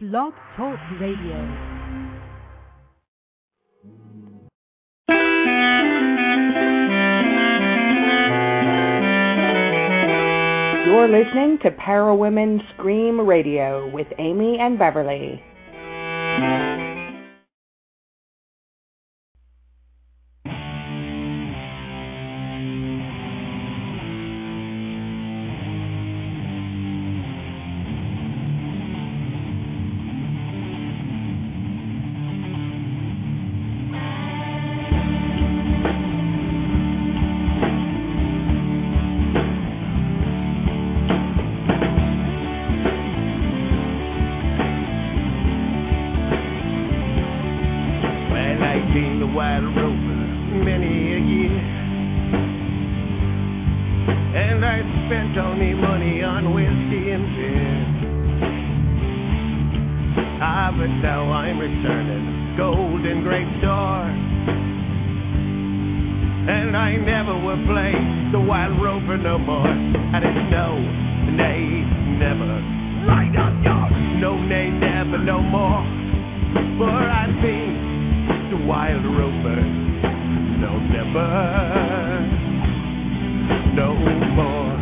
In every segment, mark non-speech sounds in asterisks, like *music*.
Blog Talk Radio. You're listening to Para Women Scream Radio with Amy and Beverly. Man like being the wide road many a year. And I spent all me money on whiskey and beer. Ah, but now I'm returning golden grape door. And I never will play the wild rover no more. And it's no, nay, never. Light up yours. No, nay, never, no more. For I've been the wild rover. No, never, no more.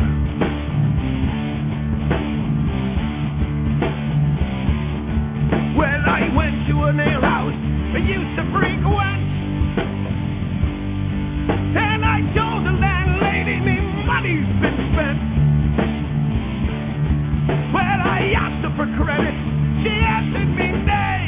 Well, I went to an ale house I used to frequent, and I told the landlady me money's been spent. Well, I asked her for credit, she answered me nay.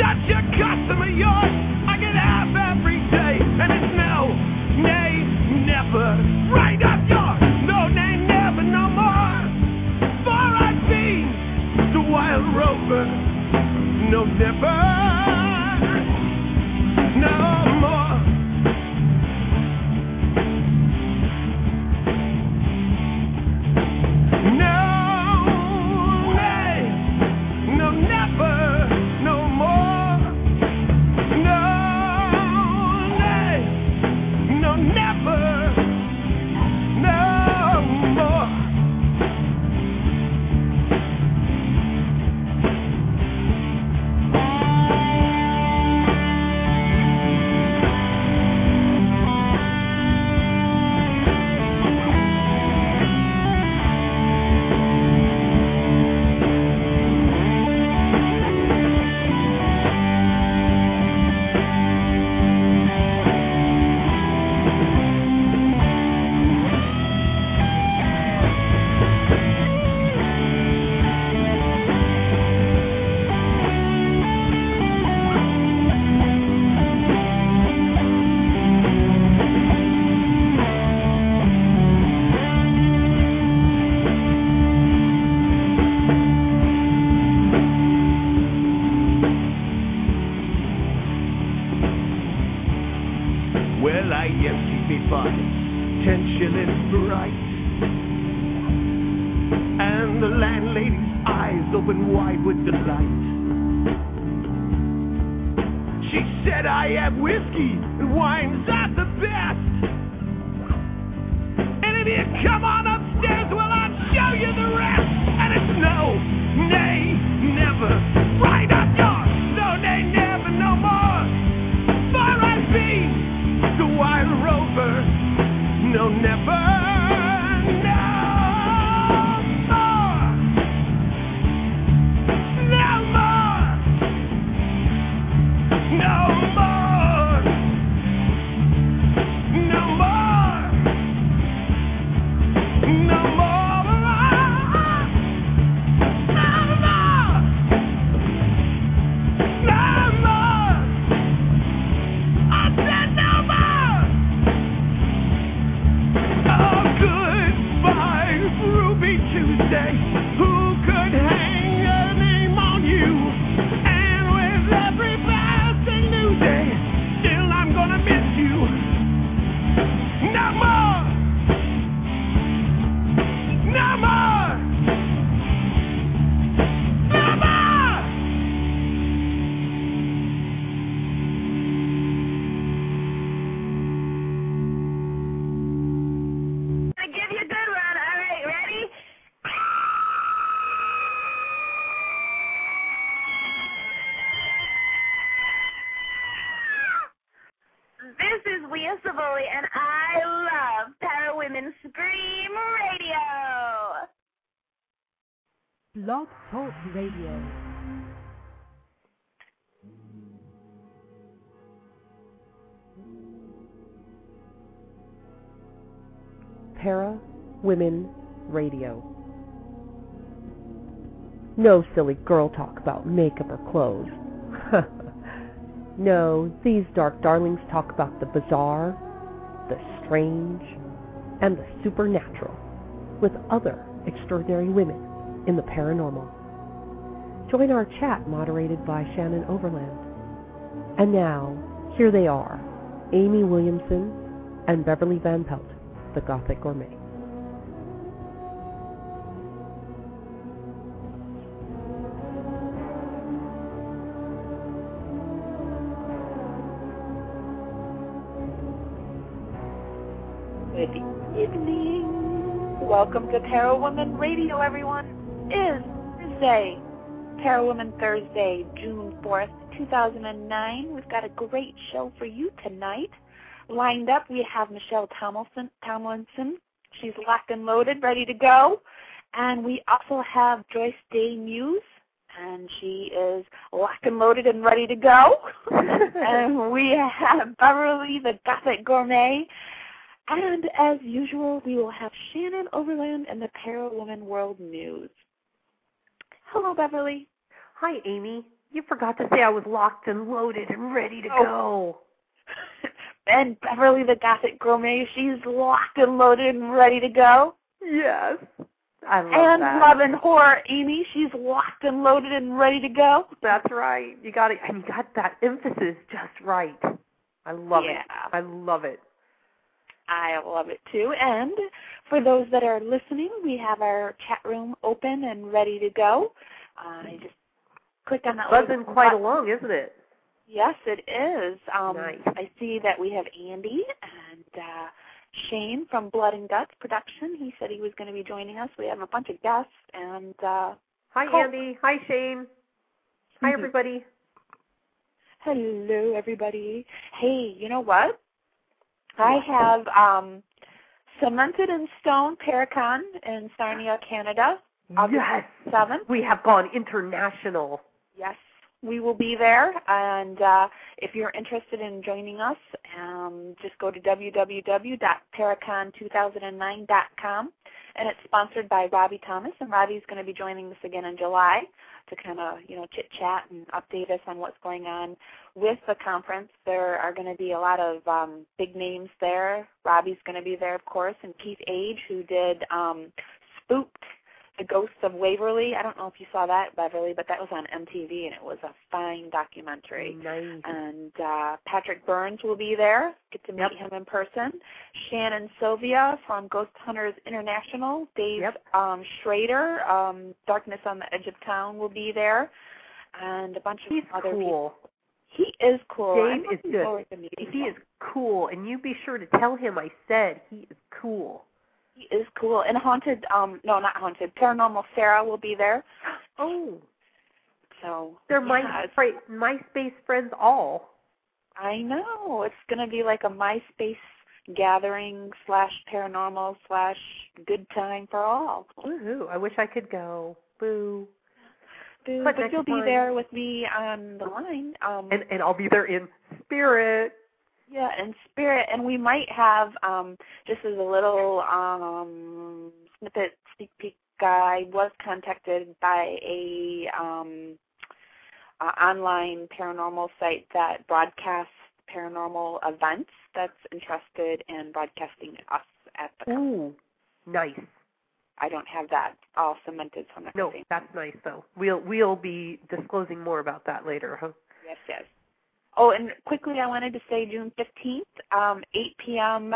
Such a customer yours, I could have every day, and it's no, nay, never. Right up yours, no, nay, never, no more. For I've been the wild rover, no, never, no more. No, nay. No, never, no more. No, nay, no, never, no more. Well, I emptied me pockets, ten shillings bright. And the landlady's eyes opened wide with delight. She said, I have whiskey and wine's not the best. And if you come on upstairs, well, I'll show you the rest. And it's no, nay, never. Right up yours, no, nay, never, no more. For I've been the wild rover. No, never, no more. No more. No more. No more. Savoy, and I love Para Women Scream Radio. Blog Talk Radio. Para Women Radio. No silly girl talk about makeup or clothes. no, these dark darlings talk about the bizarre, the strange, and the supernatural with other extraordinary women in the paranormal. Join our chat moderated by Shannon Overland. And now, here they are Amy Williamson and Beverly Van Pelt, the Gothic Gourmet. Good evening. Welcome to Para Women Radio, everyone. It is Thursday, Para Women Thursday, June 4th, 2009. We've got a great show for you tonight. Lined up, we have Michelle Tomlinson. Tomlinson. She's locked and loaded, ready to go. And we also have Joyce Day Muse, and she is locked and loaded and ready to go. *laughs* and we have Beverly, the Gothic Gourmet. And as usual, we will have Shannon Overland and the Para Woman World News. Hello, Beverly. Hi, Amy. You forgot to say I was locked and loaded and ready to go. *laughs* And Beverly, the Gothic Gourmet, she's locked and loaded and ready to go. Yes. I love and that. Love and Horror, Amy, she's locked and loaded and ready to go. That's right. You got it. And you got that emphasis just right. I love yeah. it. I love it. I love it too. And for those that are listening, we have our chat room open and ready to go. Uh, you just click on that. Buzzing little quite button. along, isn't it? Yes, it is. Um, Nice. I see that we have Andy and uh, Shane from Blood and Guts Production. He said he was going to be joining us. We have a bunch of guests, and uh, Hi, Cool. Andy. Hi, Shane. Hi, Mhm. everybody. hello everybody. Hey, you know what? I have um, cemented in stone Paracon in Sarnia, Canada. August Yes. seventh. We have gone international. Yes, we will be there. And uh, if you're interested in joining us, um, just go to www.paracon2009.com. And it's sponsored by Robbie Thomas. And Robbie's going to be joining us again in July to kind of, you know, chit-chat and update us on what's going on with the conference. There are going to be a lot of um, big names there. Robbie's going to be there, of course, and Keith Age, who did um, Spooked the Ghosts of Waverly. I don't know if you saw that, Beverly, but that was on MTV and it was a fine documentary. Nice. And uh, Patrick Burns will be there. Get to meet him in person. Shannon Sylvia from Ghost Hunters International. Dave Yep. um, Schrader, um, Darkness on the Edge of Town, will be there. And a bunch of He's other people. cool. He is cool. I'm Dave is looking good. forward to meeting He him. is cool, and you be sure to tell him I said he is cool. He is cool. And Haunted, um, no, not Haunted, Paranormal Sarah will be there. Oh, So they're yeah, my it's- fri- MySpace friends all. I know. It's going to be like a MySpace gathering slash paranormal slash good time for all. Woohoo! I wish I could go. Boo. Boo, But But, next you'll be time- there with me on the line. Um, And and I'll be there in spirit. yeah, in spirit. And we might have, um, just as a little um, snippet, sneak peek, I was contacted by a um, uh, online paranormal site that broadcasts paranormal events that's interested in broadcasting us at the Ooh, nice. I don't have that all cemented, so I'm not No, gonna say. that's nice though. We'll we'll be disclosing more about that later. *laughs* Huh? Yes, yes. Oh, and quickly, I wanted to say June 15th, um, 8 p.m.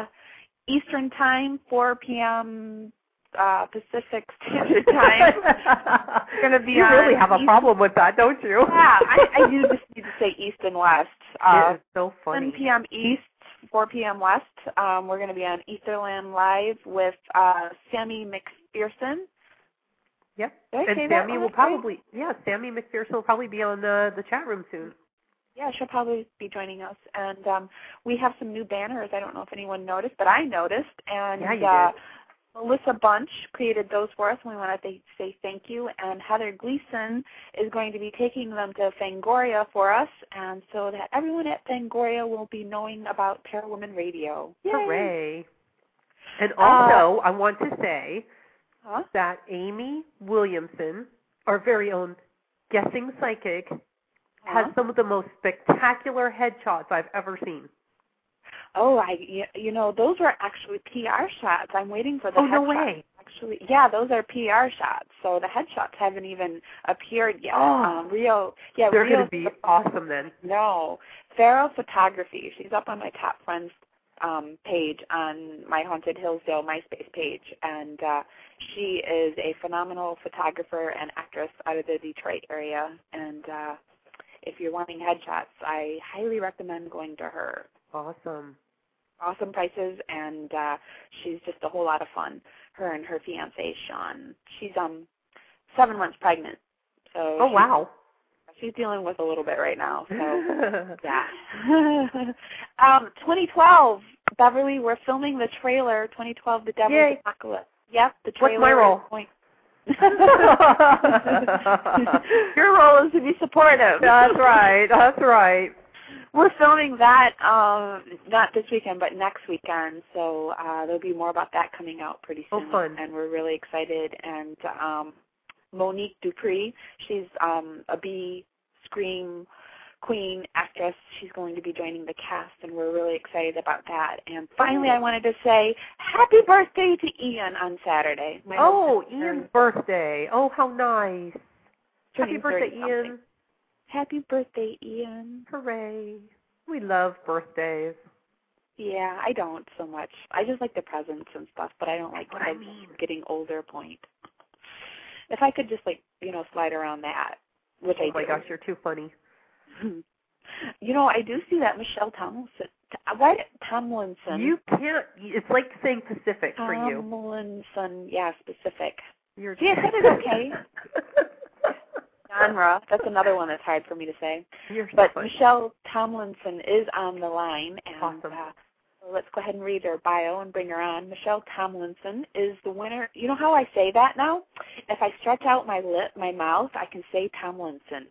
Eastern Time, 4 p.m. Uh, Pacific Standard *laughs* Time. gonna be you really on have a East- problem with that, don't you? yeah, I, I do *laughs* just need to say East and West. Uh, it is so 10 funny. p.m. East, 4 p.m. West. Um, we're going to be on Etherland Live with uh, Sammy McPherson. Yep. Did I and say that Sammy one will right? probably yeah, Sammy McPherson will probably be on the the chat room soon. Yeah, she'll probably be joining us. And um, we have some new banners. I don't know if anyone noticed, but I noticed. And Yeah, you uh, did. Melissa Bunch created those for us, and we want to th- say thank you. And Heather Gleason is going to be taking them to Fangoria for us, and so that everyone at Fangoria will be knowing about Parawoman Radio. Yay! Hooray. And also, Uh, I want to say Huh? that Amy Williamson, our very own guessing psychic, has Huh? some of the most spectacular headshots I've ever seen. Oh, I you, you know those were actually PR shots. I'm waiting for the oh, no headshots. way. Actually, yeah, those are PR shots. So the headshots haven't even appeared yet. Oh. um, Rio, yeah, They're Rio going to be awesome then. No, Pharaoh Photography. She's up on my top friends um, page on my Haunted Hillsdale MySpace page, and uh, she is a phenomenal photographer and actress out of the Detroit area. And uh, if you're wanting headshots, I highly recommend going to her. Awesome. Awesome prices, and uh, she's just a whole lot of fun. Her and her fiance Sean. She's um seven months pregnant, so Oh, she's- wow. she's dealing with a little bit right now. *laughs* So. Yeah. um, 2012, Beverly, we're filming the trailer, 2012, The Devil's Yay. Apocalypse. Yep, the What's trailer. my role? is *laughs* going- *laughs* *laughs* Your role is to be supportive. That's right. That's right. We're filming that um, not this weekend, but next weekend. So uh, there'll be more about that coming out pretty Oh, soon. fun. And we're really excited. And um, Monique Dupree, she's um, a B scream queen actress. She's going to be joining the cast, and we're really excited about that. And finally, Oh. I wanted to say happy birthday to Ian on Saturday. *laughs* My Oh, husband's Ian's birthday. Oh, how nice. Happy turning 30 birthday, Ian. something. Happy birthday, Ian. Hooray. We love birthdays. Yeah, I don't so much. I just like the presents and stuff, but I don't like That's what I the mean. getting older point. If I could just like, you know, slide around that, which Oh I my do. gosh, you're too funny. *laughs* You know, I do see that Michelle Tomlinson. Why did Tomlinson? You can't. It's like saying Pacific for you. Tomlinson, yeah, specific You're Um, Yeah, that is *laughs* okay. genre. That's another one that's hard for me to say. You're so But funny. Michelle Tomlinson is on the line, and Awesome. uh, so let's go ahead and read her bio and bring her on. Michelle Tomlinson is the winner. You know how I say that now? If I stretch out my lip, my mouth, I can say Tomlinson.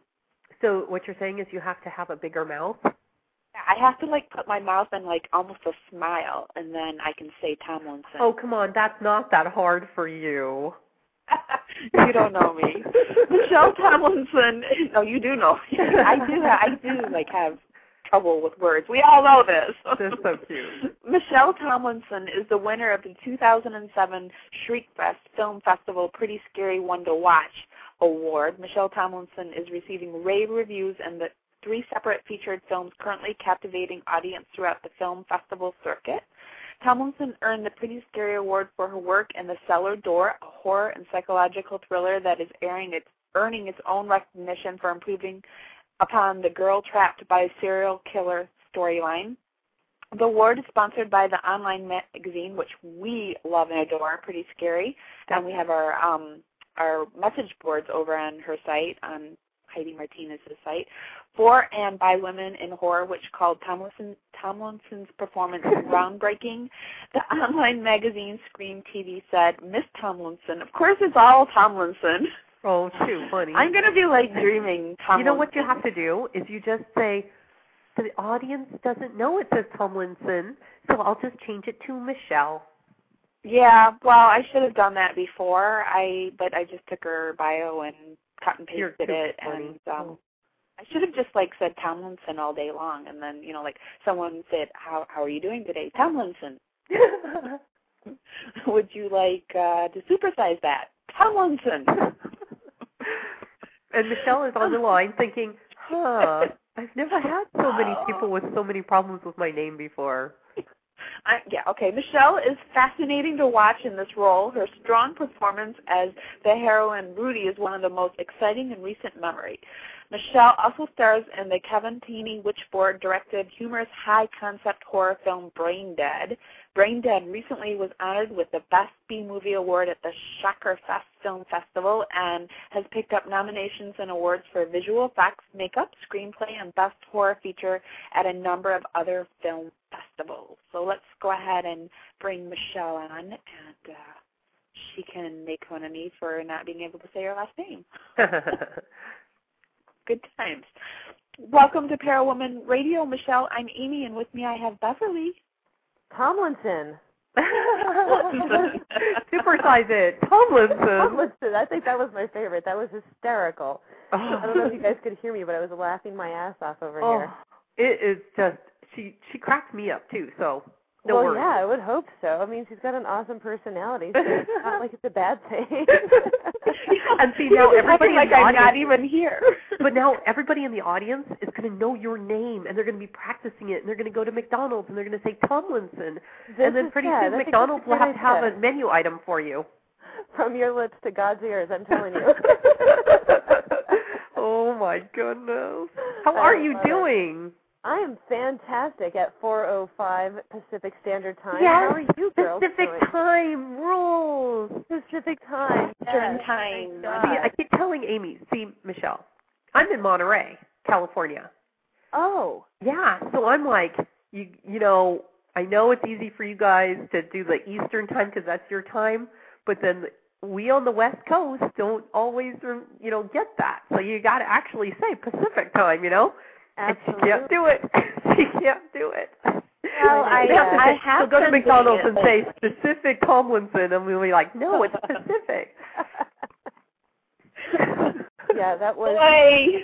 So what you're saying is you have to have a bigger mouth. I have to like put my mouth in like almost a smile, and then I can say Tomlinson. Oh come on, that's not that hard for you. *laughs* you don't know *laughs* me. Michelle Tomlinson. No, you do know. Me. I do. ha- I do like have trouble with words. We all know this. That's so cute. *laughs* Michelle Tomlinson is the winner of the 2007 Shriekfest Film Festival Pretty Scary One to Watch Award. Michelle Tomlinson is receiving rave reviews and the three separate featured films currently captivating audience throughout the film festival circuit. Tomlinson earned the Pretty Scary Award for her work in The Cellar Door, a horror and psychological thriller that is airing its, earning its own recognition for improving upon the girl trapped by a serial killer storyline. The award is sponsored by the online magazine, which we love and adore, Pretty Scary, and we have our um, our message boards over on her site on Heidi Martinez's site for and by women in horror, which called Tomlinson, Tomlinson's *laughs* performance groundbreaking. The online magazine Scream TV said, "Miss Tomlinson, of course it's all Tomlinson." Oh, too funny. I'm gonna be like dreaming. Tomlinson. You know what you have to do is you just say the audience doesn't know it says Tomlinson, so I'll just change it to Michelle. Yeah, well, I should have done that before. I but I just took her bio and cut and You're pasted too it, funny. and um, I should have just like said Tomlinson all day long, and then you know like someone said, "How how are you doing today, Tomlinson? *laughs* Would you like uh to supersize that, Tomlinson?" *laughs* *laughs* and Michelle is on the line thinking, *laughs* huh, I've never had so many people with so many problems with my name before. *laughs* I, yeah, okay. Michelle is fascinating to watch in this role. Her strong performance as the heroine Rudy is one of the most exciting in recent memory. Michelle also stars in the Kevin Taney Witchboard directed humorous high concept horror film Brain Dead. Brain Dead recently was honored with the Best B Movie Award at the Shocker Fest Film Festival and has picked up nominations and awards for visual effects, makeup, screenplay, and Best Horror Feature at a number of other film festivals. So let's go ahead and bring Michelle on, and uh, she can make fun of me for not being able to say her last name. Good times. Welcome to Parawoman Radio, Michelle. I'm Amy, and with me I have Beverly. Tomlinson. *laughs* Supersize it. Tomlinson. Tomlinson. I think that was my favorite. That was hysterical. I don't know if you guys could hear me, but I was laughing my ass off over Oh, here. it is just she she cracked me up too. So no well, worries. yeah, I would hope so. I mean, she's got an awesome personality, so it's not like it's a bad thing. *laughs* and see now You're acting everybody in Oh, like the I'm audience, not even *laughs* here. but now everybody in the audience is going to know your name, and they're going to be practicing it, and they're going to go to McDonald's, and they're going to say Tomlinson, *laughs* This and then is- pretty yeah, soon that's McDonald's will have exactly to what I have a menu item for you. said. From your lips to God's ears, I'm *laughs* telling you. oh my goodness! How are I you love it. doing? I am fantastic at 4:05 Pacific Standard Time. Yes, How are you, girls? Pacific doing? time rules. Pacific Time. Eastern yes, time. thank See, God. I keep telling Amy, see, Michelle, I'm in Monterey, California. *laughs* Oh, Yeah, so I'm like, you, you know, I know it's easy for you guys to do the Eastern time because that's your time, but then we on the West Coast don't always, rem- you know, get that. So you got to actually say Pacific time, you know. And she absolutely. can't do *laughs* it. *laughs* she can't do it. Well, I, They have to uh, say- I have so go to been doing McDonald's it and say Pacific Tomlinson, and we'll be like, no, it's *laughs* Pacific. *laughs* yeah, that was Boy.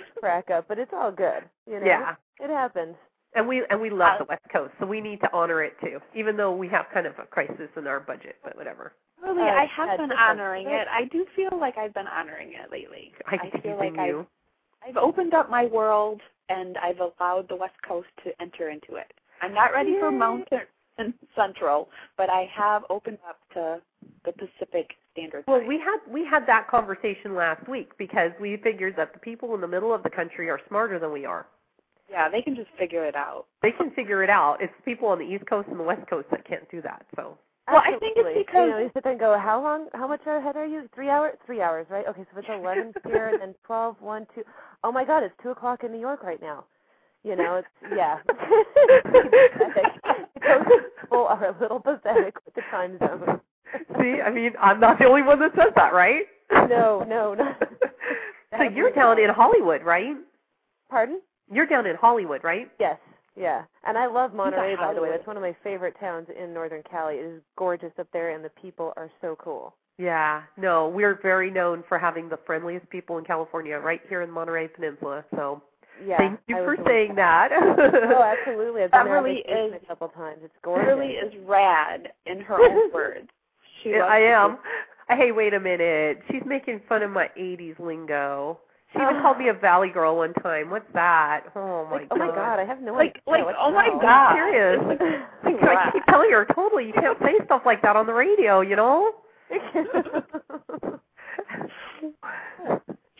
a crack up, but it's all good. You know, Yeah. it happens. And we and we love Uh, the West Coast, so we need to honor it too, even though we have kind of a crisis in our budget. But whatever. Really, Uh, I have that's been different. honoring it. I do feel like I've been honoring it lately. I, I keep feel teasing like I- you. I've opened up my world and I've allowed the West Coast to enter into it. I'm not ready for Mountain and Central, but I have opened up to the Pacific Standard Well, Time. we had we had that conversation last week because we figured that the people in the middle of the country are smarter than we are. yeah, they can just figure it out. They can figure it out. It's people on the East Coast and the West Coast that can't do that. *laughs* So Well, I think it's Absolutely. because- you know you sit there and go, how long? How much ahead are you? Three hours? Three hours, right? Okay, *laughs* so it's eleven here, and then twelve, one, two. Oh my God, it's two o'clock in New York right now. You know, it's yeah. *laughs* Pathetic. the coast people are a little pathetic with the time zone. see, I mean, I'm not the only one that says that, right? No, no, no. *laughs* so you're down in Hollywood, right? Pardon? You're down in Hollywood, right? Yes. Yeah. And I love Monterey, by the way. Hollywood. That's one of my favorite towns in Northern Cali. It is gorgeous up there, and the people are so cool. Yeah, no, we're very known for having the friendliest people in California, right here in Monterey Peninsula. So Yeah. thank you I for was really- saying that. Oh, absolutely. I've been there on Beverly vacation is- a couple times. It's gorgeous. Beverly is rad in her own words. She Yeah, loves *laughs* to I am. Hey, wait a minute. She's making fun of my '80s lingo. She even called *gasps* me a valley girl one time. What's that? Oh my like, oh my god, I have no Like, like, idea. What oh the my hell? god! serious. It's *laughs* I like, I keep telling her totally. You can't say stuff like that on the radio. You know. *laughs* *laughs*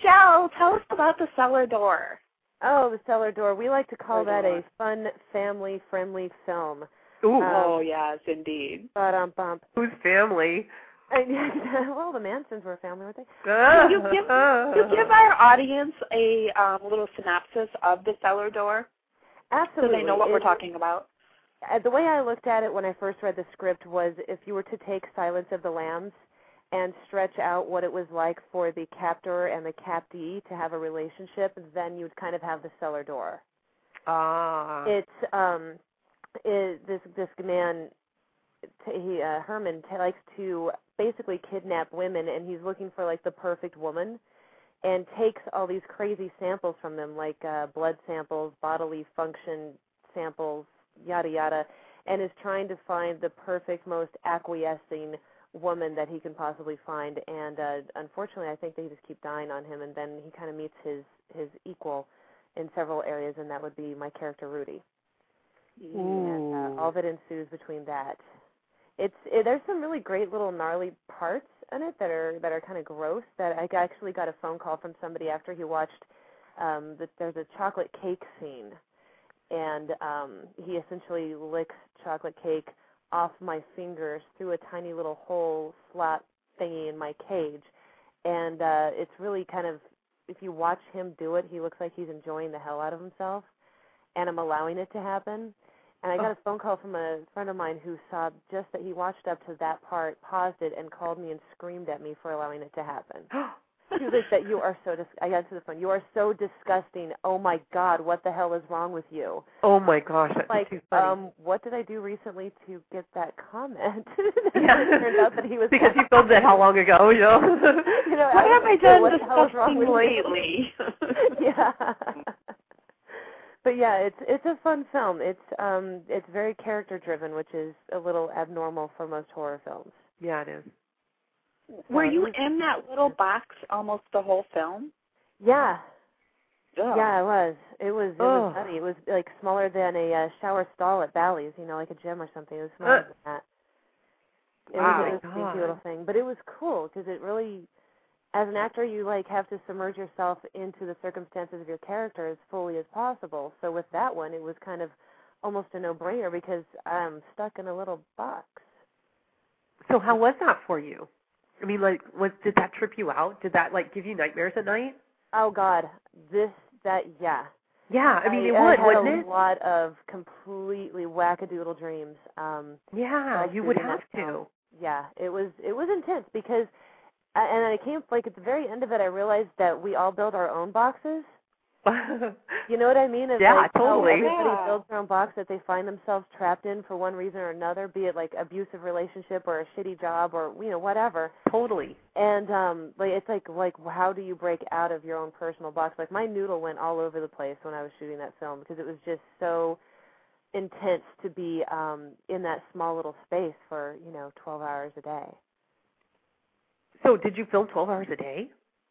Shell, tell us about the cellar door. oh, the cellar door. We like *laughs* to call Cellar that a fun family friendly film. Ooh, Oh, yes, indeed. But um bump. who's family? *laughs* well, the Mansons were family, weren't they? you give- You *laughs* Ah. give our audience a um, little synopsis of the cellar door so Absolutely. they know what we're It- talking about. uh, the way I looked at it when I first read the script was if you were to take Silence of the Lambs and stretch out what it was like for the captor and the captee to have a relationship, then you'd kind of have the cellar door. Ah. It's um, is this this man, t- he uh, Herman t- likes to basically kidnap women, and he's looking for like the perfect woman, and takes all these crazy samples from them, like uh, blood samples, bodily function samples, yada yada, and is trying to find the perfect, most acquiescing woman that he can possibly find. And uh, unfortunately, I think they just keep dying on him, and then he kind of meets his his equal in several areas, and that would be my character Rudy. and uh, all that ensues between that. It's it, there's some really great little gnarly parts in it that are that are kind of gross. That I actually got a phone call from somebody after he watched. Um, that there's a chocolate cake scene, and um, he essentially licks chocolate cake off my fingers through a tiny little hole slot thingy in my cage, and uh, it's really kind of if you watch him do it, he looks like he's enjoying the hell out of himself, and I'm allowing it to happen. Oh. And I got a phone call from a friend of mine who saw just that he watched up to that part, paused it, and called me and screamed at me for allowing it to happen. *gasps* she was like, "That you are so dis- I got to the phone. You are so disgusting. Oh my God, what the hell is wrong with you?" Oh my gosh, that's like, too funny. um, *laughs* what did I do recently to get that comment? *laughs* Yeah. it turned out that he was *laughs* because you filmed it how long ago, you know? you know, What I have was I like, "So done what the hell is wrong with disgusting you?" lately? *laughs* yeah. But yeah, it's it's a fun film. It's um it's very character driven, which is a little abnormal for most horror films. yeah, it is. *laughs* Were you in that little box almost the whole film? Yeah, Oh. Ugh. yeah, it was. It was Ugh. it was funny. It was like smaller than a uh, shower stall at Bally's, you know, like a gym or something. It was smaller Uh. than that. It Wow. was a God. sneaky little thing, but it was cool because it really, as an actor, you like have to submerge yourself into the circumstances of your character as fully as possible. So with that one, it was kind of almost a no-brainer because I'm stuck in a little box. So how was that for you? I mean, like, was did that trip you out? Did that like give you nightmares at night? Oh God, this that yeah. Yeah, I mean, it I would, had wouldn't a it? lot of completely wackadoodle dreams. Um, Yeah, while you would shooting have that film. to. yeah it was it was intense because I- and I came like at the very end of it I realized that we all build our own boxes. You know what I mean? *laughs* It's Yeah, like, oh, totally. everybody Yeah. builds their own box that they find themselves trapped in for one reason or another, be it like abusive relationship or a shitty job or you know whatever. totally. And um like it's like like how do you break out of your own personal box? Like my noodle went all over the place when I was shooting that film because it was just so intense to be um in that small little space for, you know, 12 hours a day. So did you film 12 hours a day?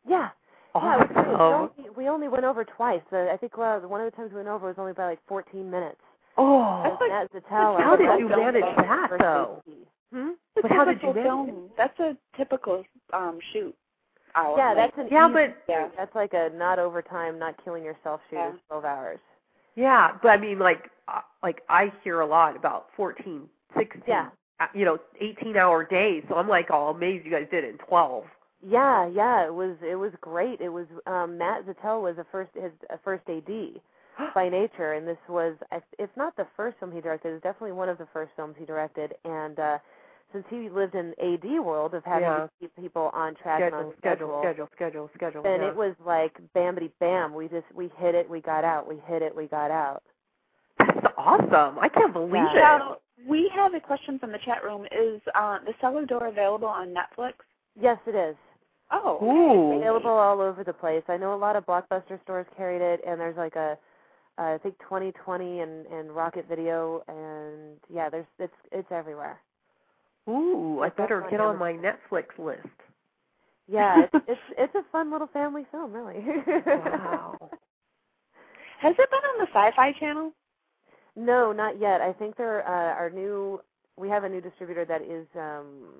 Yeah. Yeah, Awesome. we, we, only, we only went over twice. Uh, I think uh, one of the times we went over was only by like 14 minutes. oh, And that's a tell. how I'm did like, you "Don't manage let that, first though? safety." hmm? That's a But how did typical you manage? it? film. That's a typical um shoot hour. Yeah, like- that's an Yeah, easy but yeah. shoot. that's like a not overtime, not killing yourself shoot Yeah. is 12 hours. yeah, but I mean, like, uh, like I hear a lot about 14, 16, Yeah. uh, you know, 18 hour days. So I'm like, all amazed you guys did it in 12. Yeah, yeah, it was it was great. It was um Matt Zattel was a first his a first *gasps* AD by nature, and this was I- it's not the first film he directed. It's definitely one of the first films he directed, and uh since he lived in AD world of having Yeah. to keep people on track and Schedule, on schedule, schedule, schedule, schedule. then yeah. it was like bamity bam. We just we hit it, we got out. We hit it, we got out. That's awesome. I can't believe it. Now, we have a question from the chat room. Is uh, The Cellar Door available on Netflix? Yes, it is. Oh. Ooh. available all over the place. I know a lot of Blockbuster stores carried it, and there's like a, uh, I think 2020 and and Rocket Video, and yeah, there's it's it's everywhere. Ooh, I That's better on get on my Netflix list. Yeah, it's it's, it's a fun little family film, really. *laughs* Wow. Has it been on the Sci-Fi Channel? No, not yet. I think there uh, our new we have a new distributor that is um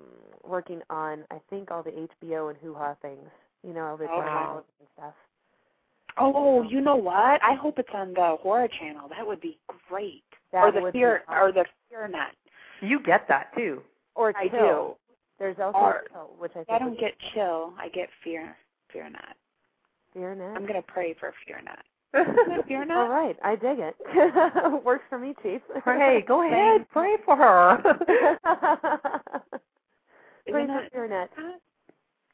working on I think all the HBO and Hoo Ha things. You know, all the Okay. channels and stuff. Oh, you know what? I hope it's on the Horror Channel. That would be great. That or the would be Fear awesome. or the Fear Net. You get that *laughs* too. Or I Till. do. There's also Or- Till, which I think I don't is get chill. I get fear. Fear Net. Fear Net. I'm gonna pray for Fear Net. Fear All Net. right, I dig it. *laughs* Works for me, *laughs* Chief. Pray, *laughs* go ahead, pray for her. Pray Isn't for that- *laughs* your net.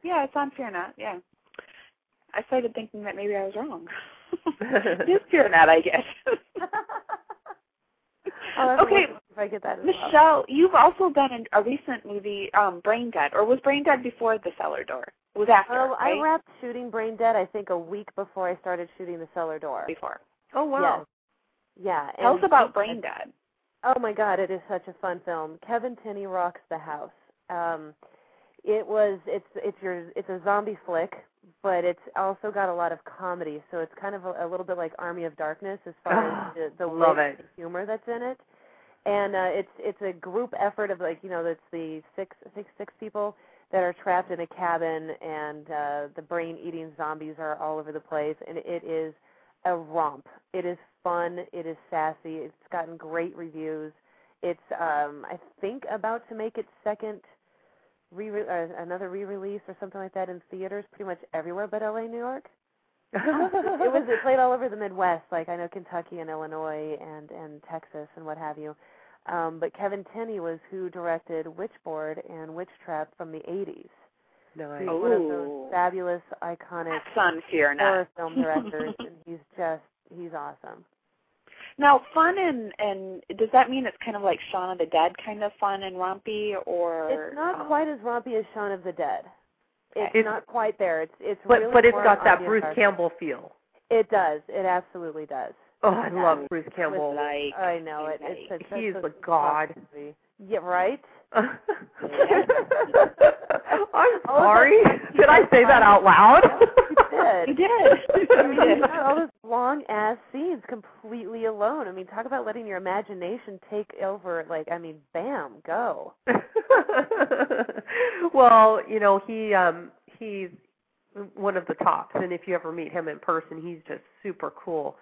Yeah, it's on Fear Net. Yeah. I started thinking that maybe I was *laughs* wrong. it is Fear Net, I *laughs* guess. I'll have to okay, look If I get that as well. Michelle, you've also been in a recent movie, um, Brain Dead, or was Brain Dead before The Cellar Door? It was after, Um, I right? wrapped shooting Brain Dead, I think, a week before I started shooting The Cellar Door. before. oh wow. Yeah. and- Tell us about Brain Dead. Oh my God, it is such a fun film. Kevin Tinney rocks the house. Um, It was it's it's your it's a zombie flick, but it's also got a lot of comedy. So it's kind of a, a little bit like Army of Darkness as far Ah, as the, the Love wit it. and humor that's in it. And uh, it's it's a group effort of like you know it's the six six six people that are trapped in a cabin and uh, the brain eating zombies are all over the place and it is a romp. It is fun. It is sassy. It's gotten great reviews. It's um I think about to make its second re uh, another re-release or something like that in theaters pretty much everywhere but LA, New *laughs* York. it was it played all over the Midwest, like I know Kentucky and Illinois and and Texas and what have you. Um but Kevin Tenney was who directed Witchboard and Witch Trap from the 80s. He's *laughs* Nice. one of Ooh. those fabulous iconic That's fun, Fear horror film directors and he's just he's awesome. Now, fun and and does that mean it's kind of like Shaun of the Dead kind of fun and rompy, or It's not um, quite as rompy as Shaun of the Dead. It's, It's- not quite there. It's it's But really but it's more got on that the Bruce dark- Campbell feel. It does. It absolutely does. Oh, I Yeah. love Bruce with Campbell. like I know it. It's like- such- such He's a the god. movie. Yeah, right. *laughs* I'm Oh, sorry. Did I say that out loud? You did. *laughs* You did. I mean, he's got all those long ass scenes completely alone. I mean, talk about letting your imagination take over. Like, I mean, bam, go. *laughs* well, you know, he um he's one of the tops and if you ever meet him in person, he's just super cool.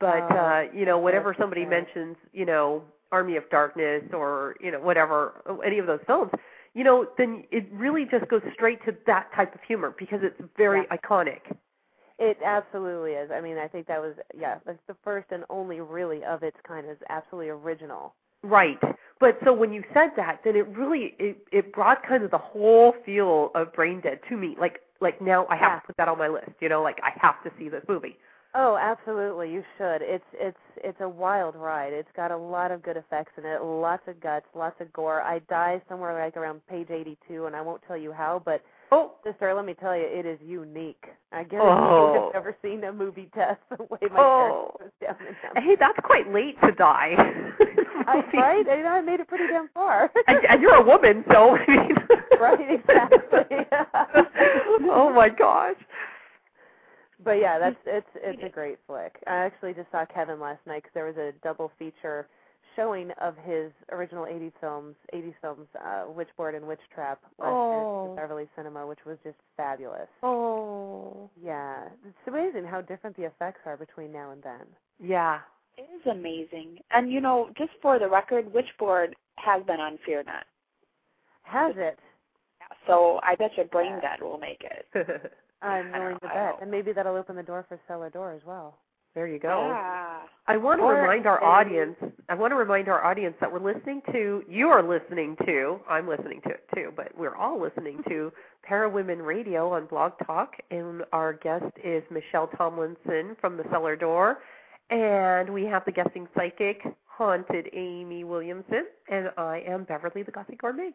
But Oh, uh, you know, whenever that's somebody right. mentions, you know, Army of Darkness or, you know, whatever any of those films, you know, then it really just goes straight to that type of humor because it's very Yeah. iconic. It absolutely is. I mean, I think that was yeah, that's the first and only really of its kind is absolutely original. Right. But so when you said that, then it really it, it brought kind of the whole feel of Brain Dead to me. Like like now I have Yeah. to put that on my list. You know, like I have to see this movie. Oh, absolutely, you should. It's it's it's a wild ride. It's got a lot of good effects in it, lots of guts, lots of gore. I die somewhere like around page eighty-two, and I won't tell you how, but Oh, sister, let me tell you, it is unique. I guarantee you Oh. have never seen a movie test the way my Oh. character goes down and down. hey, that's quite late to die. *laughs* I, right? And I made it pretty damn far. And, and you're a woman, so *laughs* I mean. *laughs* Right, exactly. *laughs* oh my gosh. But *laughs* yeah, that's it's it's a great flick. I actually just saw Kevin last night because there was a double feature showing of his original 80s films, 80s films, uh, Witchboard and Witch Trap last night Oh. at the Beverly Cinema, which was just fabulous. Oh. Yeah, it's amazing how different the effects are between now and then. Yeah. *laughs* It is amazing, and you know, just for the record, Witchboard has been on FearNet, Has it? so I bet your brain dead will make it. I'm I willing to know, I bet, know. and maybe that'll open the door for Cellar Door as well. there you go. Yeah. I want to Or remind our a- audience. I want to remind our audience that we're listening to. You are listening to. I'm listening to it too, but we're all listening to Para Women Radio on Blog Talk, and our guest is Michelle Tomlinson from the Cellar Door, and we have the guessing psychic haunted Amy Williamson, and I am Beverly the Gothic Gourmet.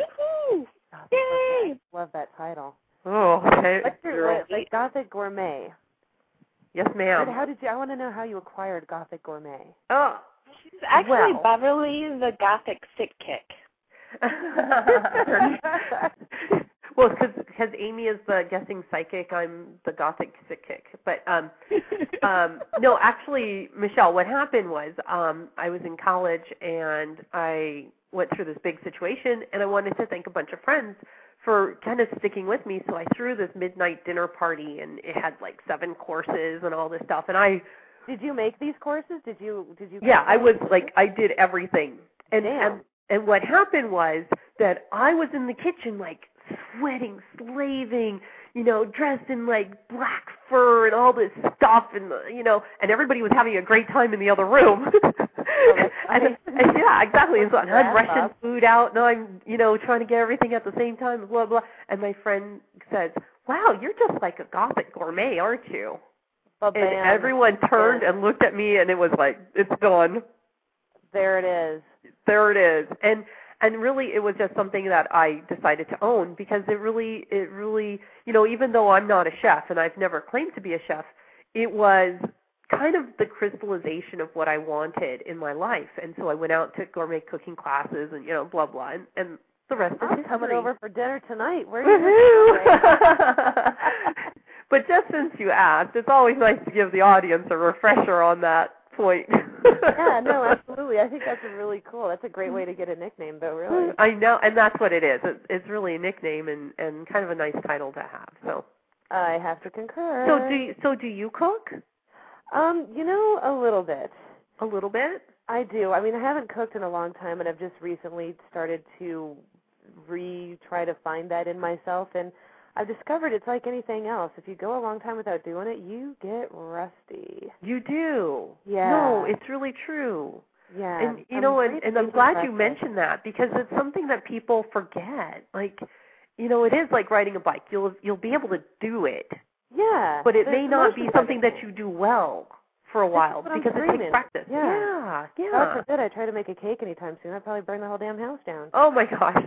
Woohoo! Oh, Yay! Love that title. Oh, What's your what, like Gothic Gourmet? yes, But ma'am. how did you? I want to know how you acquired Gothic Gourmet. Oh. She's actually Well. Beverly the Gothic Sick Kick. *laughs* well, because Amy is the guessing psychic, I'm the gothic psychic. But um, um, no, actually, Michelle, what happened was um, I was in college and I went through this big situation, and I wanted to thank a bunch of friends for kind of sticking with me. So I threw this midnight dinner party, and it had like seven courses and all this stuff. And I, Did you make these courses? Did you? Did you? yeah, I was like, I did everything. And Damn. and and what happened was that I was in the kitchen like sweating, slaving, you know, dressed in like black fur and all this stuff and the- you know, and everybody was having a great time in the other room. *laughs* that's and, nice. and yeah, exactly. And so and I'm Wrap rushing up. food out and I'm, you know, trying to get everything at the same time, blah blah. And my friend says, "Wow, you're just like a gothic gourmet, aren't you?" Well, And bam, everyone turned and looked at me and it was like, "It's done." there it is. there it is and and really it was just something that i decided to own because it really it really you know even though i'm not a chef and i've never claimed to be a chef it was kind of the crystallization of what i wanted in my life and so i went out to gourmet cooking classes and you know blah blah and and the rest of I'm history. *laughs* coming over for dinner tonight. Where are you? living, Ray? Woohoo! but just since you asked, it's always nice to give the audience a refresher on that point. yeah, no, *laughs* absolutely. I think that's a really cool. That's a great way to get a nickname, though. Really. I know, and that's what it is. It's, it's really a nickname and and kind of a nice title to have. So, I have to concur. so do you, so do you cook um, you know, a little bit. a little bit? I do. I mean, I haven't cooked in a long time, and I've just recently started to re try to find that in myself. And I've discovered it's like anything else. If you go a long time without doing it, you get rusty. You do. Yeah. No, it's really true. Yeah. And you I'm know, and, great and I'm food glad you breakfast. mentioned that because it's something that people forget. Like, you know, it is like riding a bike. You'll you'll be able to do it, Yeah. but it the may not emotion be of something everything. that you do well for a This is while what I'm because it takes screaming. practice. Yeah. yeah. God yeah. forbid I try to make a cake anytime soon. I'd probably burn the whole damn house *laughs* down. Oh my gosh.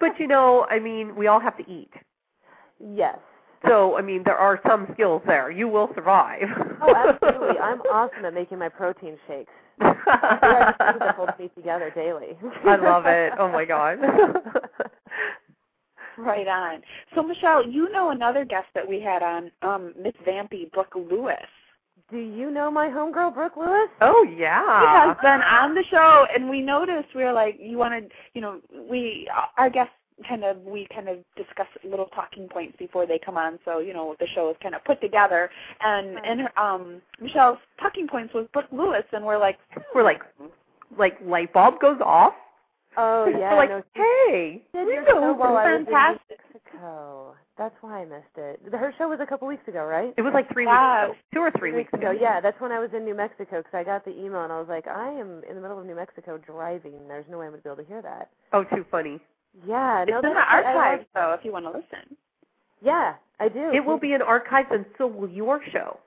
but you know, I mean, we all have to eat. *laughs* Yes. So, I mean, there are some skills there. You will survive. Oh, absolutely. I'm *laughs* awesome at making my protein shakes. They are the things that holds me together daily. I love it. Oh my god. Right on. So Michelle, you know another guest that we had on, um, Miss Vampy Brooke Lewis. *laughs* Do you know my homegirl *laughs* Brooke Lewis? oh She yeah. has been on the show, and we noticed we were like, you wanted, you know, we our guests kind of we kind of discuss little talking points before they come on, so you know the show is kind of put together. And Right. and her, um, Michelle's talking points was Brooke Lewis, and we're like, We're like like light bulb goes off. Oh yeah. We're like, no, she hey, did we your know show who's while I was in fantastic. Mexico. That's why I missed it. Her show was a couple weeks ago, right? It was like three Wow. weeks ago, two or three weeks ago. Yeah, that's when I was in New Mexico because I got the email and I was like, I am in the middle of New Mexico driving. There's no way I'm gonna be able to hear that. Oh, too funny. Yeah, it's no, in the that's I- I archives love- though, if you want to listen. Yeah, I do. It will be in archives, and so will your show.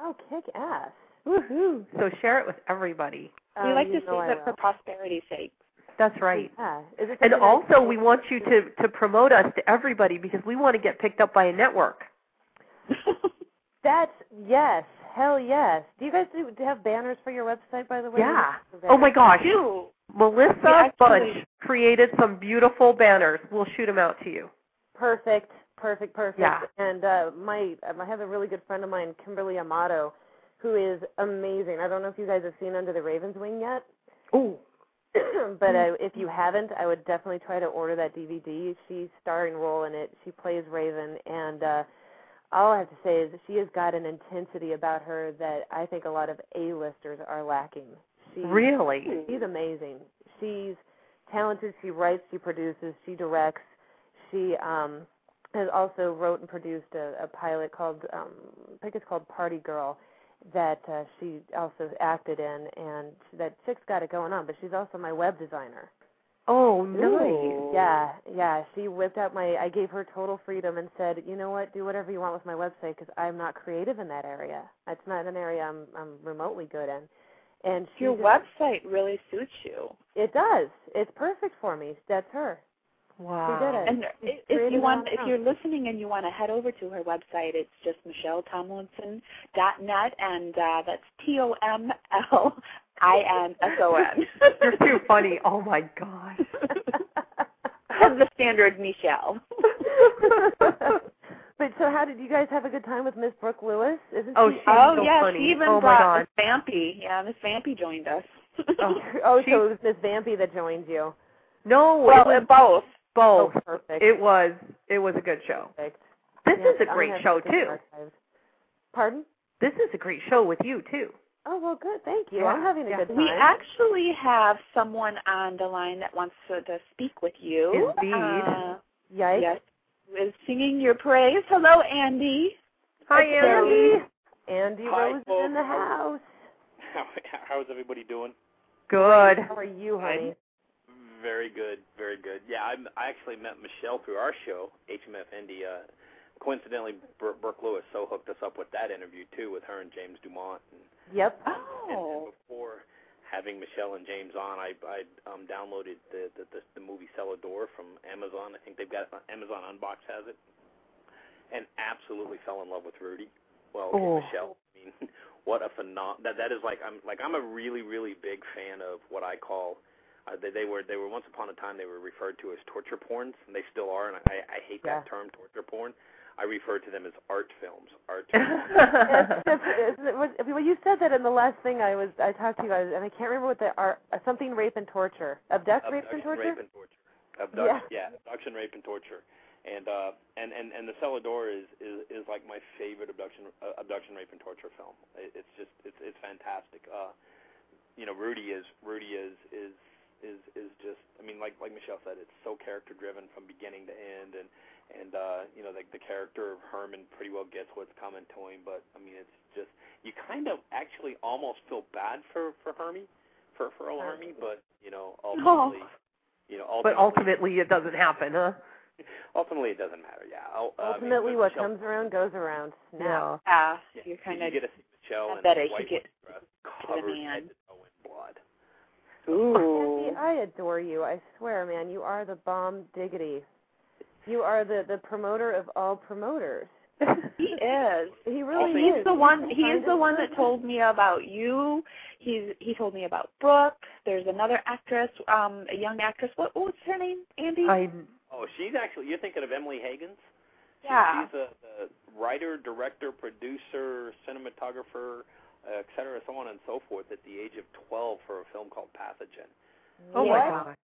Oh, kick ass. Woohoo! So share it with everybody. we Um, like to you see know I that for will. prosperity's sake. That's right. Yeah. Is it And something that- also, we want you to to promote us to everybody because we want to get picked up by a network. That's yes, hell yes. Do you guys do, do have banners for your website, by the way? Yeah. Okay. Oh my gosh. Ew. Melissa We actually- Bunch created some beautiful banners. We'll shoot them out to you. Perfect, perfect, perfect. Yeah. And uh, my um, I have a really good friend of mine, Kimberly Amato, who is amazing. I don't know if you guys have seen Under the Raven's Wing yet. Ooh. *clears throat* but uh, if you haven't, I would definitely try to order that DVD. She's starring role in it. She plays Raven, and uh, all I have to say is she has got an intensity about her that I think a lot of A-listers are lacking. She, Really? She's amazing. She's talented. She writes. She produces. She directs. She um, has also wrote and produced a, a pilot called um, I think it's called Party Girl that uh, she also acted in, and that chick's got it going on. But she's also my web designer. Oh, nice. Yeah, yeah. She whipped out my. I gave her total freedom and said, you know what, do whatever you want with my website because I'm not creative in that area. That's not an area I'm I'm remotely good in. And *laughs* she Your *laughs* just- website really suits you. It does. It's perfect for me. That's *laughs* her. Wow. She did it. And She's if created you it want, on her if own. you're listening and you want to head over to her website, it's just michelletomlinson.net, and uh, that's T O M L I N S O N. *laughs* You're too funny. Oh my gosh. *laughs* Of the standard Michelle. but so, how did you guys have a good time with Miss Brooke Lewis? Isn't Oh, she? she's oh so yeah, funny. she even oh my brought god. Miss Vampy. Yeah, Miss Vampy joined us. Oh, *laughs* oh, she- so it was Miss Vampy that joined you. *laughs* No, well, it was and both. both. Oh, perfect. It was it was a good show. perfect. This Yes, is a I'm great gonna show have to too. get archived. Pardon? This is a great show with you too. Oh well, good. Thank you. Yeah, I'm having a yeah. good time. We actually have someone on the line that wants to, to speak with you. Indeed. Uh, Yikes. yes, is singing your praise. Hello, Andy. Hi Andy. Andy. Andy Hi, Rose is folks. in the house. How, how is everybody doing? Good. How are you, honey? Very good, very good. Yeah, I'm, I actually met Michelle through our show, HMF India. Coincidentally, Bur- Burke Lewis so hooked us up with that interview too, with her and James Dumont. And, Yep. and, Oh. and before having Michelle and James on, I I um, downloaded the the, the the movie Cellador from Amazon. I think they've got it on Amazon Unbox has it, and absolutely fell in love with Rudy. Well, okay, Oh. Michelle. I mean, *laughs* what a phenom. That that is like I'm like I'm a really really big fan of what I call Uh, they, they were they were once upon a time they were referred to as torture porns, and they still are. And I, I hate that term, torture porn. I refer to them as art films. Art. *laughs* That's- Films. that's- it was- well, you said that in the last thing I was I talked to you guys, and I can't remember what they are. uh, Something rape and torture, abduct, rape and torture. Rape and torture. Abduction, yeah. abduction, rape, and torture. And uh, and and and the Celador is is is like my favorite abduction uh, abduction rape and torture film. It, it's just it's it's fantastic. Uh, you know, Rudy is Rudy is is is is just I mean like like Michelle said, it's so character driven from beginning to end, and and uh, you know like the character of Herman pretty well gets what's coming to him. But I mean, it's just you kind of actually almost feel bad for for Hermie, for for old Hermie, but you know ultimately. You know, But ultimately, ultimately, it doesn't happen, huh? ultimately it doesn't matter. Yeah. I'll, uh, Ultimately, I mean, what Michelle, comes around goes around. Now, Yeah, yeah, you're you- kind you of get to see Michelle I in bet a it, white you get dress to the covered man. head to toe in blood. Ooh. I adore you. I swear, man, you are the bomb diggity. You are the the promoter of all promoters. *laughs* He is. He really He's is. the one. He kind is of the one person. that told me about you. He's he told me about Brooke. There's another actress, um, a young actress. What, what was her name? Andy. I Oh, she's actually you're thinking of Emily Higgins? She- yeah. She's a, a writer, director, producer, cinematographer, uh, et cetera, so on and so forth at the age of 12 for a film called Pathogen. oh Yeah. my god.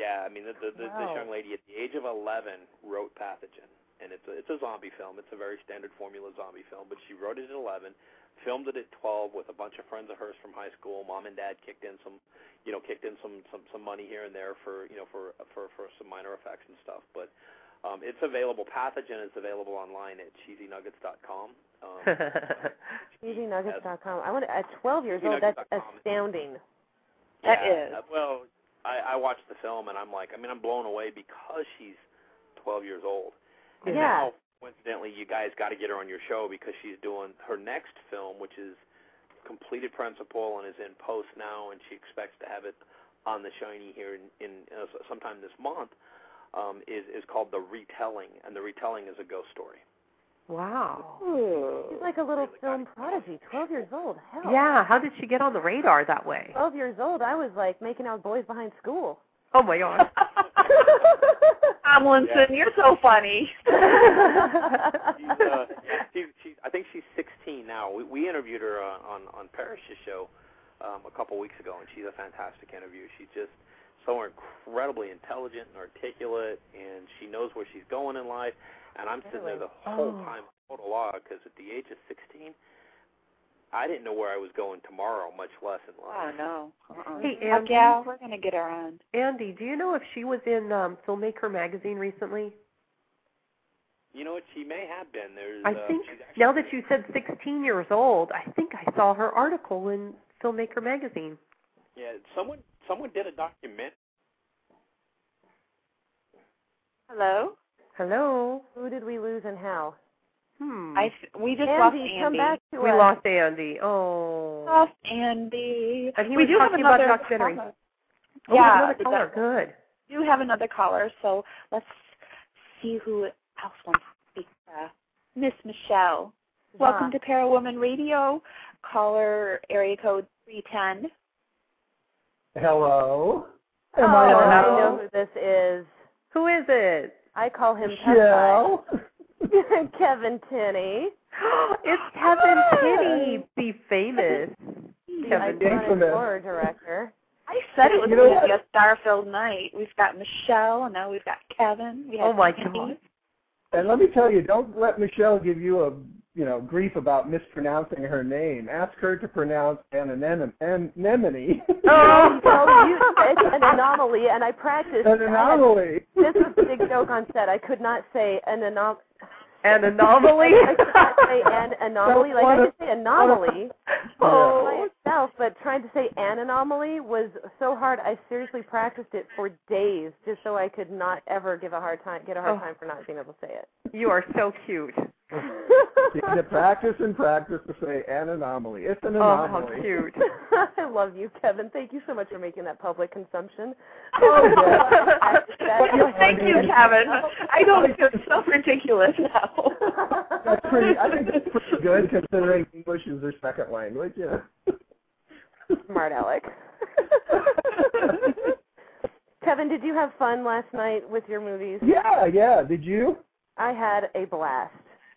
Yeah, I mean, the, the, the, this Wow. young lady at the age of 11 wrote Pathogen, and it's a, it's a zombie film. It's a very standard formula zombie film, but she wrote it at 11, filmed it at 12 with a bunch of friends of hers from high school. Mom and dad kicked in some, you know, kicked in some some some money here and there for you know for for for some minor effects and stuff. But um, it's available. Pathogen is available online at cheesynuggets.com. Um, *laughs* EasyNuggets.com. I want to, at 12 years old. That's EasyNuggets.com. astounding. That yeah, is. uh, Well, I, I watched the film and I'm like, I mean, I'm blown away because she's 12 years old. And Yeah. now, coincidentally, you guys got to get her on your show because she's doing her next film, which is completed principal and is in post now, and she expects to have it on the shiny here in, in uh, s- sometime this month. Um, is is called the retelling, and the retelling is a ghost story. *laughs* Wow. oh, *laughs* He's like a little film prodigy. 12 years old. Hell. Yeah. How did she get on the radar that way? 12 years old. I was like making out with boys behind school. *laughs* Oh *laughs* my god. Tomlinson, you're so funny. She's, uh, she, she, I think she's 16 now. We, we interviewed her uh, on on Parrish's show um, a couple weeks ago, and she's a fantastic interview. She's just so incredibly intelligent and articulate, and she knows where she's going in life. And I'm sitting there the whole Oh. time, total awe, because at the age of 16, I didn't know where I was going tomorrow, much less in Oh life. no. Uh-uh. Hey, Oh, Andy. gal, we're gonna get her on. Andy, do you know if she was in um Filmmaker magazine recently? You know what? She may have been. There's. I uh, think she's actually- now that you said 16 years old, I think I saw her article in Filmmaker magazine. Yeah, someone someone did a document. Hello. Hello. Who did we lose and how? Hmm. I th- we just Andy, lost come Andy. back to we us. lost Andy. Oh. Lost Andy. And he we was do have talking about another documentary. caller. Oh, yeah, another caller. that- Good. we do have another caller, so let's see who else wants to speak. Uh, Miss Michelle, welcome to Para Woman Radio. Caller area code three ten. Hello. Oh, Am I I on on? know who this is. Who is it? *gasps* I call him Peppa. Michelle. *laughs* Kevin Tinney. it's Kevin Penny. Be famous. Kevin Thanks for Iconic that. horror director. *laughs* I said it was You know going to be a what? star-filled night. We've got Michelle, and now we've got Kevin. We had Oh my Andy. God. And let me tell you, don't let Michelle give you a you know grief about mispronouncing her name. Ask her to pronounce an anem- an- *laughs* anemone. Oh. Well, you, it's an anomaly, and I practiced. an anomaly. I had- this was a big joke on set. I could not say an anom. An anomaly. I could not say *laughs* an anomaly. Like I could say anomaly by oh. itself, but trying to say an anomaly was so hard. I seriously practiced it for days just so I could not ever give a hard time, get a hard Oh. time for not being able to say it. You are so cute. Oh. *laughs* You need to practice and practice to say an anomaly. It's an Oh, how anomaly. *laughs* cute. *laughs* I love you, Kevin. Thank you so much for making that public consumption. Oh, *laughs* yeah. That- Yeah, Thank you, Andy. Kevin. I *laughs* *laughs* don't feel so ridiculous now. That's pretty. I think that's pretty good considering English is their *laughs* second language. Yeah. smart, Alec. Kevin, did you have fun last night with your movies? Yeah, yeah. Did you? I had a blast.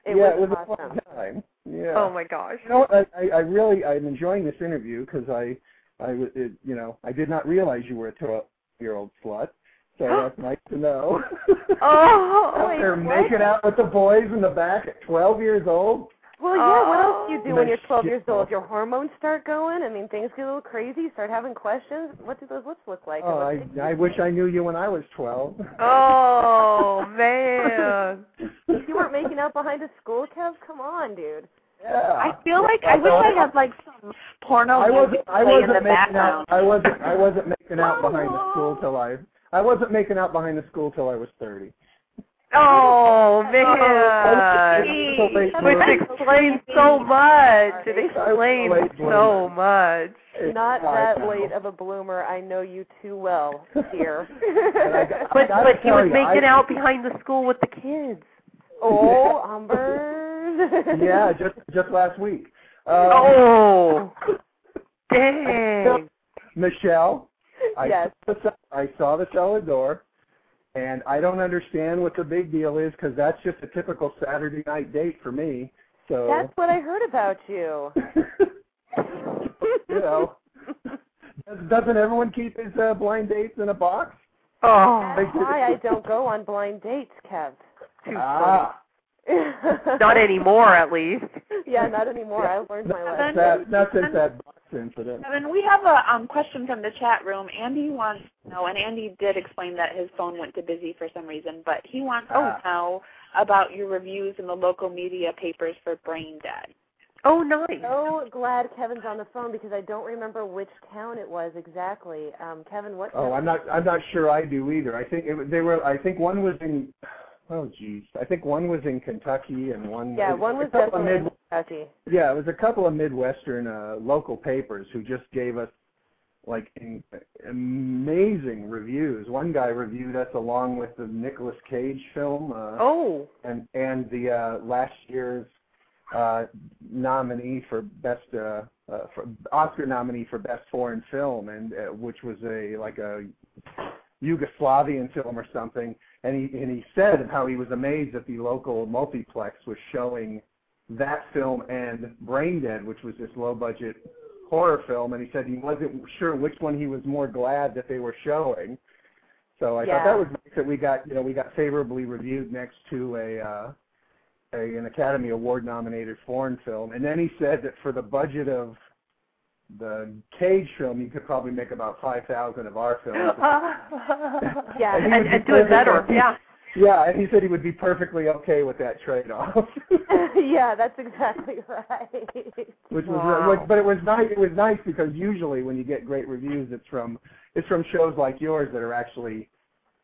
It yeah, was, it was awesome. a fun time. Yeah. Oh my gosh. You know, what, I, I I really I'm enjoying this interview because I I w- it, you know I did not realize you were a 12 year old slut, *gasps* so that's nice to know. *laughs* Oh, Out wait, there what? making out with the boys in the back at 12 years old. Well, yeah. What else do you do when Oh. Nice you're 12 years shit. old? Your hormones start going. I mean, things get a little crazy. Start having questions. What do those lips look like? Oh, I I wish I knew you when I was 12. *laughs* Oh man! you weren't making out behind a school, Kev. Come *laughs* on, dude. *laughs* Yeah. I feel like I wish I had like some porno I music wasn't. I play wasn't in the making background. out. I wasn't. I wasn't making *laughs* out behind the school till I. I wasn't making out behind the school till I was 30. Oh man, Oh, geez. which explains so much. It explains so much. Not that late. late of a bloomer. I know you too well, *laughs* dear. But gotta but he tell was you, making I- out behind the school with the kids. oh, Umbers. *laughs* *laughs* *laughs* yeah, just just last week. Um, Oh, dang. Michelle, I Yes. saw the, ce- I saw the cellar door, and I don't understand what the big deal is because that's just a typical Saturday night date for me. So That's what I heard about you. you know, doesn't everyone keep his uh, blind dates in a box? Oh, That's why I don't go on blind dates, Kev. ah, not anymore at least. *laughs* yeah, not anymore. I learned my not, lesson. that, not since that box incident. Kevin, we have a um, question from the chat room. Andy wants to know, and Andy did explain that his phone went to busy for some reason, but he wants Ah. to know about your reviews in the local media papers for Brain Dead. Oh, nice. So glad Kevin's on the phone because I don't remember which town it was exactly. Um, Kevin, what? Oh, I'm not. I'm not sure I do either. I think it, was- they were. I think one was in. Oh, geez. I think one was in Kentucky and one. Yeah, it was one was a couple of definitely in Mid, Kentucky. yeah, it was a couple of Midwestern uh, local papers who just gave us like in, amazing reviews. One guy reviewed us along with the Nicolas Cage film. Uh, Oh, and and the uh, last year's uh, nominee for best uh, uh, for Oscar nominee for best foreign film, and uh, which was a like a Yugoslavian film or something. And he and he said how he was amazed that the local multiplex was showing that film and Brain Dead, which was this low budget horror film, and he said he wasn't sure which one he was more glad that they were showing. So Oh, I Yeah. thought that *laughs* was nice that we got you know we got favorably reviewed next to a, uh, a an Academy Award nominated foreign film, and then he said that for the budget of the Cage film, you could probably make about five thousand of our film. Yeah. And he and, would and be do it perfect- better. Yeah. Yeah, and he said he would be perfectly okay with that trade off. yeah, that's exactly *laughs* right. which was uh, Wow. which- *laughs* but it was nice it was nice because usually when you get great reviews it's from it's from shows like yours that are actually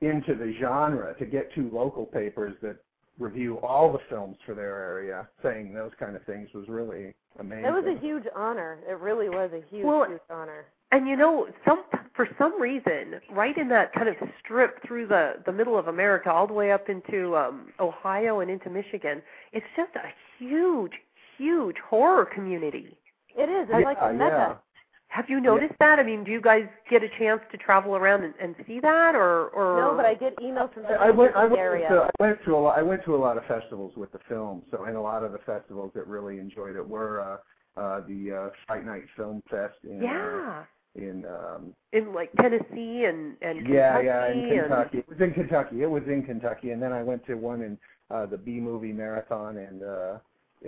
into the genre to get two local papers that review all the films for their area saying those kind of things was really amazing That was a huge honor. It really was a huge, Well, huge honor. And you know, some for some reason, right in that kind of strip through the the middle of America, all the way up into um, Ohio and into Michigan, it's just a huge, huge horror community. It is. It's like yeah, a yeah. mecca. Have you noticed that? I mean, do you guys get a chance to travel around and, and see that, or or No, but I get emails from I I went. I people in went, the area. to, I went to a lot. I went to a lot of festivals with the film. So, and a lot of the festivals that really enjoyed it were uh, uh, the uh, Fright Night Film Fest in uh, yeah, in um, in like Tennessee and and yeah, Kentucky yeah, in and- Kentucky. It was in Kentucky. It was in Kentucky, and then I went to one in uh, the B movie marathon in uh,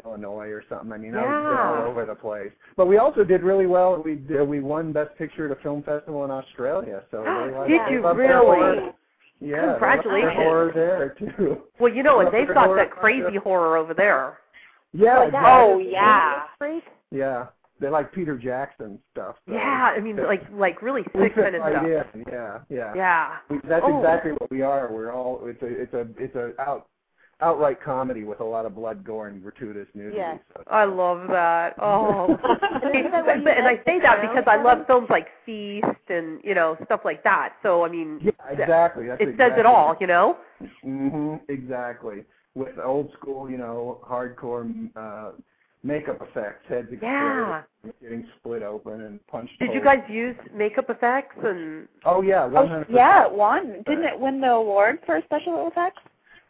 Illinois or something. I mean, I was Yeah. all over the place. But we also did really well. We uh, we won Best Picture at a film festival in Australia. *gasps* So they like, Did they you love their horror. really? Yeah, they love their Congratulations. horror there too. Well, you know, and Love they've their got horror. that crazy horror over there. Yeah. Like that. exactly. Oh, yeah. Freak. Yeah. They like Peter Jackson stuff. so Yeah, I mean, they- like *laughs* like really we sick fit kind of right stuff. in. Yeah, yeah. Yeah. We- That's Oh. exactly what we are. We're all it's a it's a it's a out outright comedy with a lot of blood, gore, and gratuitous nudity. Yes. So. I love that. Oh, Isn't that what you but, and I like say that now, because I love Kevin? films like Feast and you know stuff like that. So I mean, *laughs* yeah, exactly. Mm-hmm, That's it says it all, you know. hmm Exactly. With old school, you know, hardcore uh, makeup effects. Heads Yeah. exploding, getting split open and punched. Did you holes. guys use makeup effects and? Oh yeah, one hundred. yeah, it won. Didn't it win the award for special effects?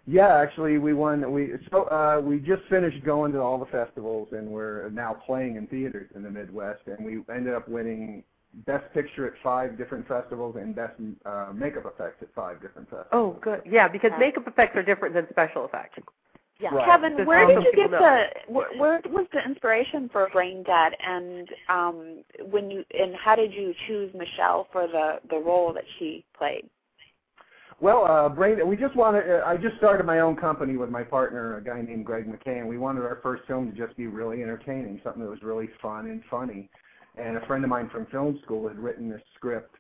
Yeah, actually, we won. We so uh, we just finished going to all the festivals, and we're now playing in theaters in the Midwest. And we ended up winning Best Picture at five different festivals and Best uh, Makeup Effects at five different festivals. Oh, good. Yeah, because makeup effects are different than special effects. Yeah. Right. Kevin, Just where also did you get people the where, where was the inspiration for Brain Dead, and um, when you and how did you choose Michelle for the the role that she played? Well, uh, Brain, we just wanted. Uh, I just started my own company with my partner, a guy named Greg McCain. We wanted our first film to just be really entertaining, something that was really fun and funny. And a friend of mine from film school had written this script,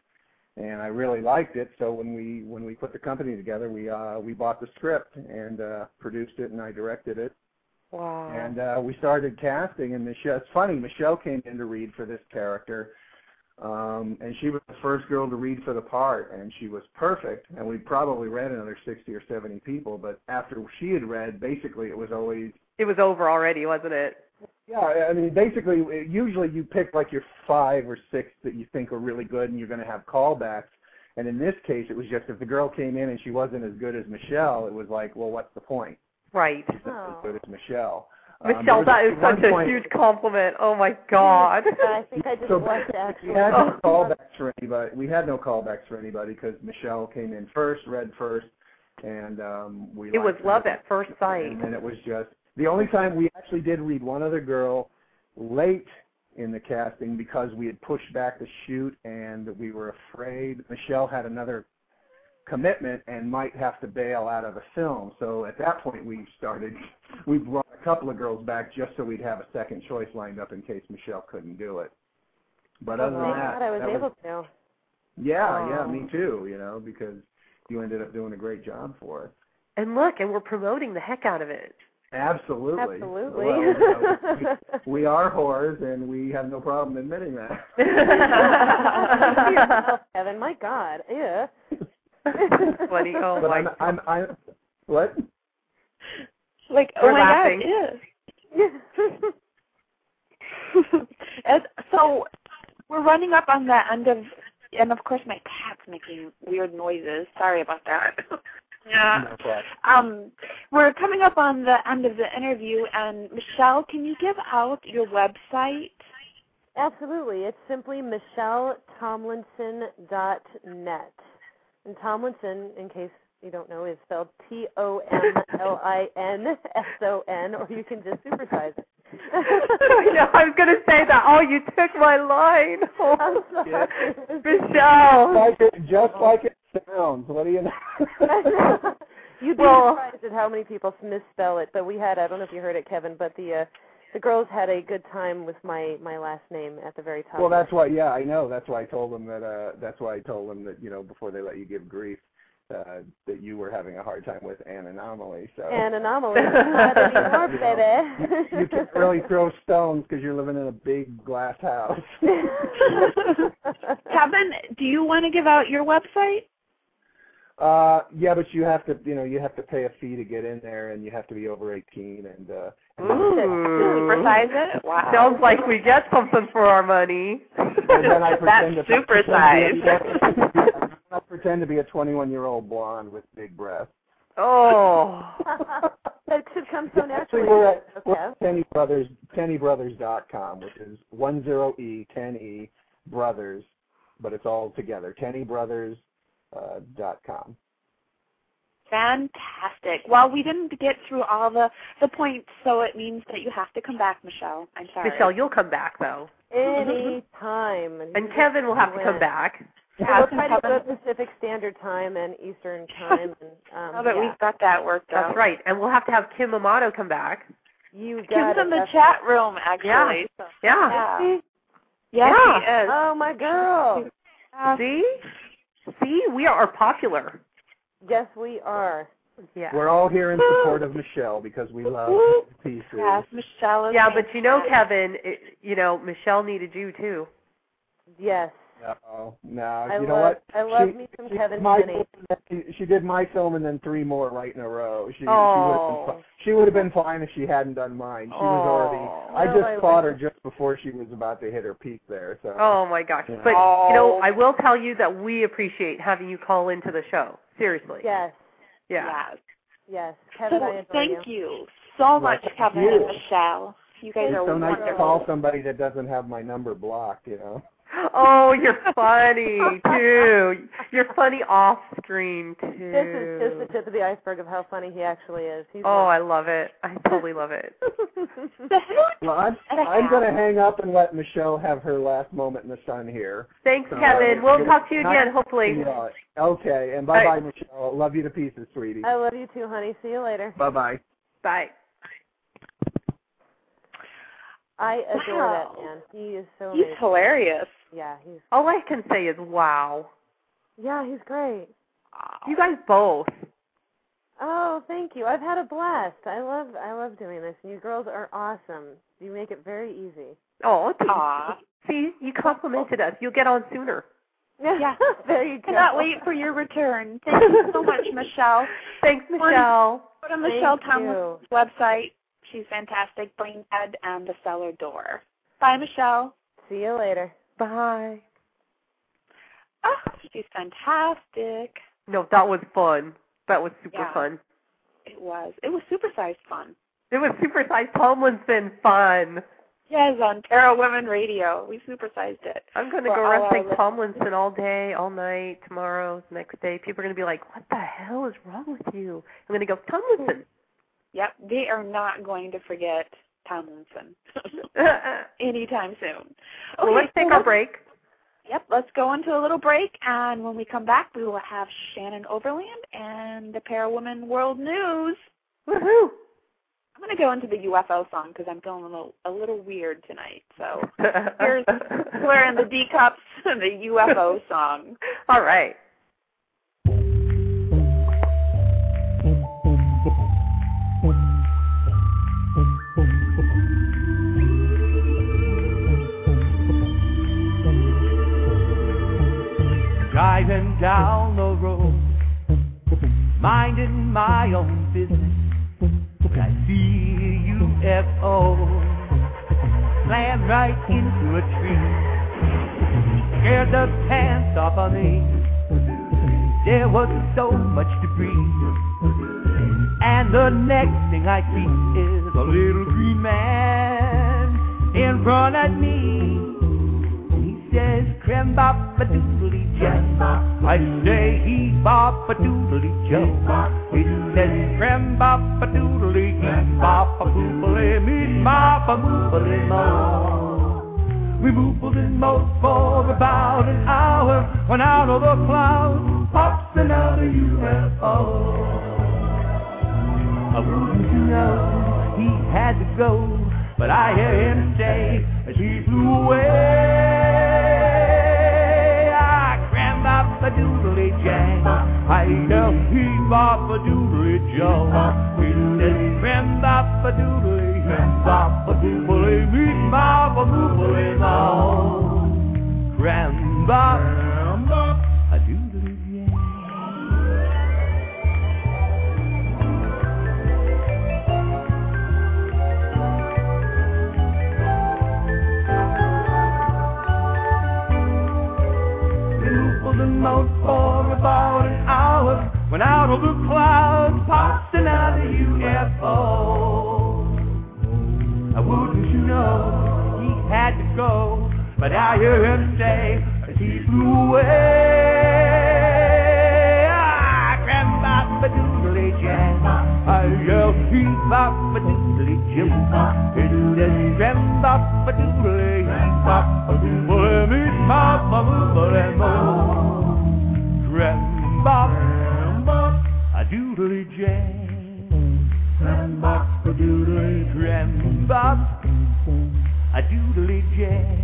and I really liked it. So when we when we put the company together, we uh, we bought the script and uh, produced it, and I directed it. Wow. And uh, we started casting, and Michelle. It's funny, Michelle came in to read for this character, um, and she was the first girl to read for the part, and she was perfect. And we probably read another sixty or seventy people, but after she had read, basically it was always It was over already, wasn't it? yeah. I mean, basically, usually you pick like your five or six that you think are really good, and you're going to have callbacks. And in this case, it was just if the girl came in and she wasn't as good as Michelle, it was like, well, what's the point? *laughs* Right. She's not as good as Michelle. Um, there Michelle, was that at is such one a point- huge compliment. Oh my God. *laughs* I think I just So watched We actually. had no callbacks for anybody. We had no callbacks for anybody because Michelle came in first, read first, and um, we. It was liked her. love at first sight. And uh, then it was just the only time we actually did read one other girl late in the casting because we had pushed back the shoot and we were afraid Michelle had another commitment and might have to bail out of the film. So at that point we started we brought a couple of girls back just so we'd have a second choice lined up in case Michelle couldn't do it. But other than Thank that, Oh, God I was that able to. yeah, yeah, Oh. me too, you know, because you ended up doing a great job for us. And look, and we're promoting the heck out of it. *laughs* Absolutely. Absolutely. Well, you know, we, we are whores, and we have no problem admitting that. Yourself, Kevin, my God, yeah. Funny. Oh but my. I'm, I'm, I'm, what? Like, We're oh my laughing. god, yeah. *laughs* and so we're running up on the end of, and of course my cat's making weird noises. Sorry about that. *laughs* yeah. No problem. Um, we're coming up on the end of the interview, and Michelle, can you give out your website? *laughs* Absolutely. It's simply michelletomlinson.net. And Tomlinson, in case you don't know, is spelled T O M L I N S O N, or you can just supersize it. *laughs* I know, *laughs* I was going to say that. Oh, you took my line. *laughs* Oh, Yeah. Michelle. Like it, *laughs* just like it sounds. What do you *laughs* know? *laughs* You'd be Well- surprised at how many people misspell it. But we had I don't know if you heard it, Kevin, but the uh, the girls had a good time with my my last name at the very top. well, that's why. Yeah, I know. That's why I told them that. Uh, that's why I told them that you know before they let you give grief. Uh, that you were having a hard time with an anomaly. So an *laughs* anomaly. Not anymore, You baby. know, you *laughs* can't really throw stones because you're living in a big glass house. *laughs* *laughs* Kevin, do you want to give out your website? Uh, yeah, but you have to, you know, you have to pay a fee to get in there, and you have to be over 18, and uh, Ooh. Supersize it? Wow. Sounds like we get something for our money. and then *laughs* I pretend That's to pretend to be *laughs* supersized. a- I pretend to be a 21-year-old blonde with big breasts. Oh. that should come so Actually, naturally. we're at, we're okay. at Tenny Brothers, TennyBrothers.com, which is 10e, 10e E, brothers, but it's all together. TennyBrothers. Uh, dot com. Fantastic. Well, we didn't get through all the the points, so it means that you have to come back, Michelle. I'm sorry. Michelle, you'll come back, though. Any time. *laughs* And Kevin will have to come back. We'll try to go Pacific Standard Time and *laughs* Eastern Time. And, um, Now that yeah. we've got that worked out. That's right. And we'll have to have Kim Amato come back. You got Kim's it. in the That's- chat room, actually. so- Yeah. Yeah. Yeah. she is. Oh my girl. Yeah. See? See? We are popular. Yes, we are. Yeah. We're all here in support of Michelle because we love PC. Yes, Michelle is Yeah, but you know, Kevin, it, you know, Michelle needed you too. Yes. No, no. I Uh, you know love- what? I love she, me some she Kevin did my Finney. film and then- She did my film and then three more right in a row. She, Oh. she would have been fi- she would have been fine if she hadn't done mine. She was Oh. already. I Well, just I caught her like- just before she was about to hit her peak there. So. Oh my gosh. Yeah. But you Oh. know, I will tell you that we appreciate having you call into the show. Seriously. Yes. Yeah. Yes. Kevin, So I adore thank you so Well, much, thank Kevin you. and Michelle. You guys It's are so nice wonderful. to call somebody that doesn't have my number blocked. You know. *laughs* Oh, you're funny too. You're funny off screen too. This is just the tip of the iceberg of how funny he actually is. He's Oh, I love it. I totally love it. Well, I'm, I'm going to hang up and let Michelle have her last moment in the sun here. Thanks, So, Kevin. We'll talk to you nice again, hopefully. see y'all. Okay, and bye bye, Michelle. Love you to pieces, *laughs* sweetie. I love you too, honey. See you later. Bye bye. Bye. I adore Wow. that man. He is so He's amazing. hilarious. Yeah, he's All I can say is wow. yeah, he's great. You guys both. Oh, thank you. I've had a blast. I love I love doing this. You girls are awesome. You make it very easy. Oh, thank you. See, you complimented us. You'll get on sooner. Yeah. *laughs* there you go. *laughs* Cannot wait for your return. Thank you so *laughs* much, Michelle. Thanks, Michelle. Go to Michelle Thank you. Thomas' website. She's fantastic. Brainpad and the cellar door. Bye, Michelle. See you later. Bye. Oh, she's fantastic. No, that was fun. That was super Yeah. fun. It was. It was supersized fun. It was super size Tomlin's been fun. Yes, on Para Women Radio. We supersized it. I'm gonna For go all our wrestling listeners. Tomlinson all day, all night, tomorrow, next day. People are gonna be like, "What the hell is wrong with you?" I'm gonna go Tomlinson. *laughs* Yep, they are not going to forget Tomlinson *laughs* anytime soon. Okay, well, let's take so our break. Yep, let's go into a little break, and when we come back, we will have Shannon Overland and the Para Woman World News. Woohoo! I'm going to go into the UFO song because I'm feeling a little, a little weird tonight. *laughs* So here's Claire and the D Cups and the UFO song. All right. Driving down the road, minding my own business, when I see a UFO slam right into a tree. Scared the pants off of me. There was so much debris, and the next thing I see is a little green man in front of me. He says, "Crim bop a doodly joe." I say, "He bop a doodly joe." He says, "Crim bop a doodly he bop a boopily me bop a boopily mo." We moopled and moped for about an hour when out of the clouds pops another UFO. I wouldn't you know he had to go, but I hear him say as he flew away. I crammed up a doodly jang. I yell he bop a doodly joe. He says crammed up a doodly bop a doodly me bop a doodly now. Crammed up a doodly jang. Wimpled and mowed for about an hour when out of the clouds pops another UFO. I wouldn't you know he had to go, but I hear him say as he flew away. Ah, grandpa doodly jam, I yelled he bop a doodly jim. It is grandpa doodly bop a doodly me bop a doodly mo. Grandpa a doodly jam. Grandpa a doodly grandpa. A doodly jam.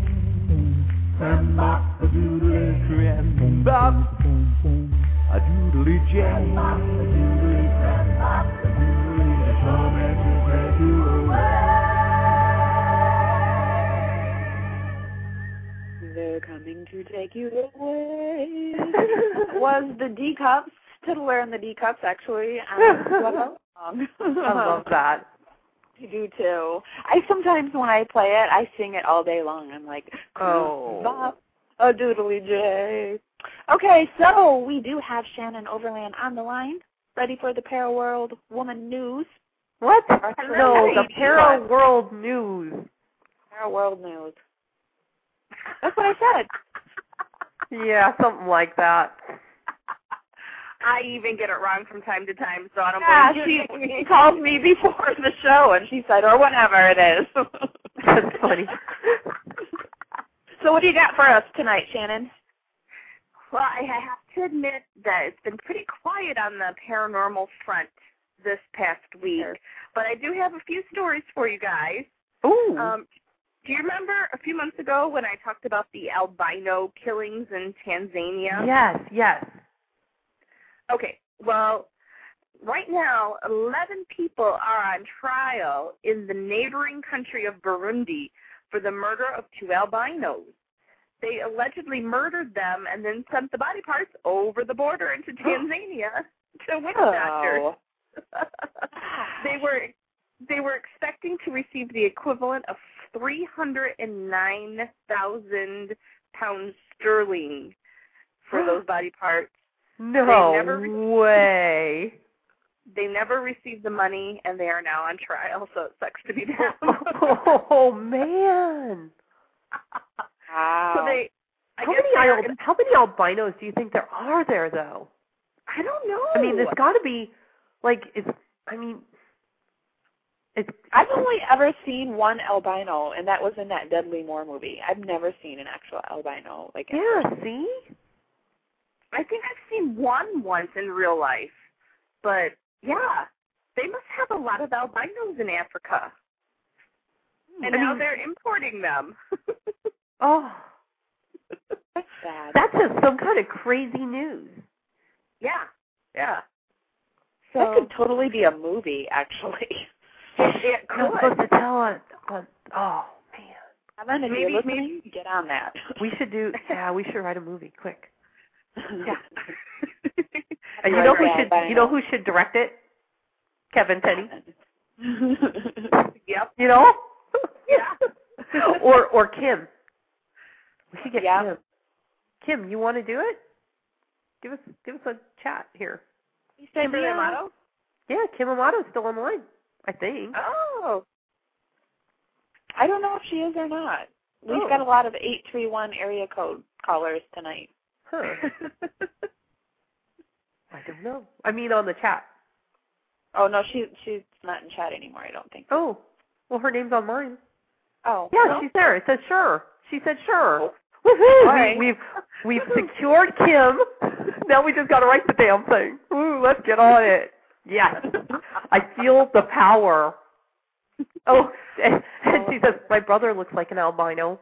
Bop, a doodly cram, bop. A doodly jam. They're coming Time to take you *laughs* away. was the D Cups, Tiddler and the D Cups, actually. *laughs* And what else? Um, I love that. *laughs* You do too. I sometimes when I play it, I sing it all day long. I'm like, Oh. bop, a doodly j. Okay, so we do have Shannon Overland on the line, ready for the Para World Woman News. What? Hello. No, the Para World News. Para World News. That's what I said. Yeah, something like that. *laughs* I even get it wrong from time to time, so I don't Yeah, blame she, you. she called me before the show, and she said, or whatever it is. *laughs* That's *laughs* funny. so what do you got for us tonight, Shannon? Well, I I have to admit that it's been pretty quiet on the paranormal front this past week, but I do have a few stories for you guys. Ooh. Um, do you remember a few months ago when I talked about the albino killings in Tanzania? Yes, yes. Okay. Well, right now, 11 people are on trial in the neighboring country of Burundi for the murder of two albinos. They allegedly murdered them and then sent the body parts over the border into Tanzania to witch doctors. Oh. they were they were expecting to receive the equivalent of 309,000 pounds sterling for *gasps* those body parts. No They never re- *laughs* way. they never received the money and they are now on trial so it sucks *laughs* to be them Oh man. so they I how guess many they are al- in- how many albinos do you think there are there though? i don't know I mean, there's got to be like it's I mean, it's I've only ever seen one albino, and that was in that Dudley Moore movie. I've never seen an actual albino. Like, in yeah, person. see? i think i've seen one once in real life but yeah they must have a lot of albinos in africa and Hmm. I now mean- they're importing them *laughs* Oh, that's sad. that's just some kind of crazy news. yeah yeah that could totally be a movie, actually. *laughs* it, it You're could not supposed to tell us, but oh man. Evan, if Maybe- you're listening, *laughs* get on that. We should do. Yeah, we should write a movie quick. *laughs* yeah And you know who should? You know who should direct it? Kevin Penny. *laughs* yep You *laughs* know? yeah *laughs* or or Kim. We should get Yeah. Kim. Kim, you want to do it? Give us give us a chat here. You say Kimberly yeah. Amato? Yeah, Kim Amato's still online, I think. oh I don't know if she is or not. We've Oh. got a lot of 831 area code callers tonight. Huh. I don't know. I mean, on the chat. Oh, no, she she's not in chat anymore, I don't think. Oh, well, her name's on mine. Oh. Yeah, well, she's there. It says sure. She said sure. all Woohoo! right. We, we've we've secured Kim. *laughs* Now we just got to write the damn thing. Ooh, let's get on it. Yes, I feel the power. Oh, and, and she says my brother looks like an albino.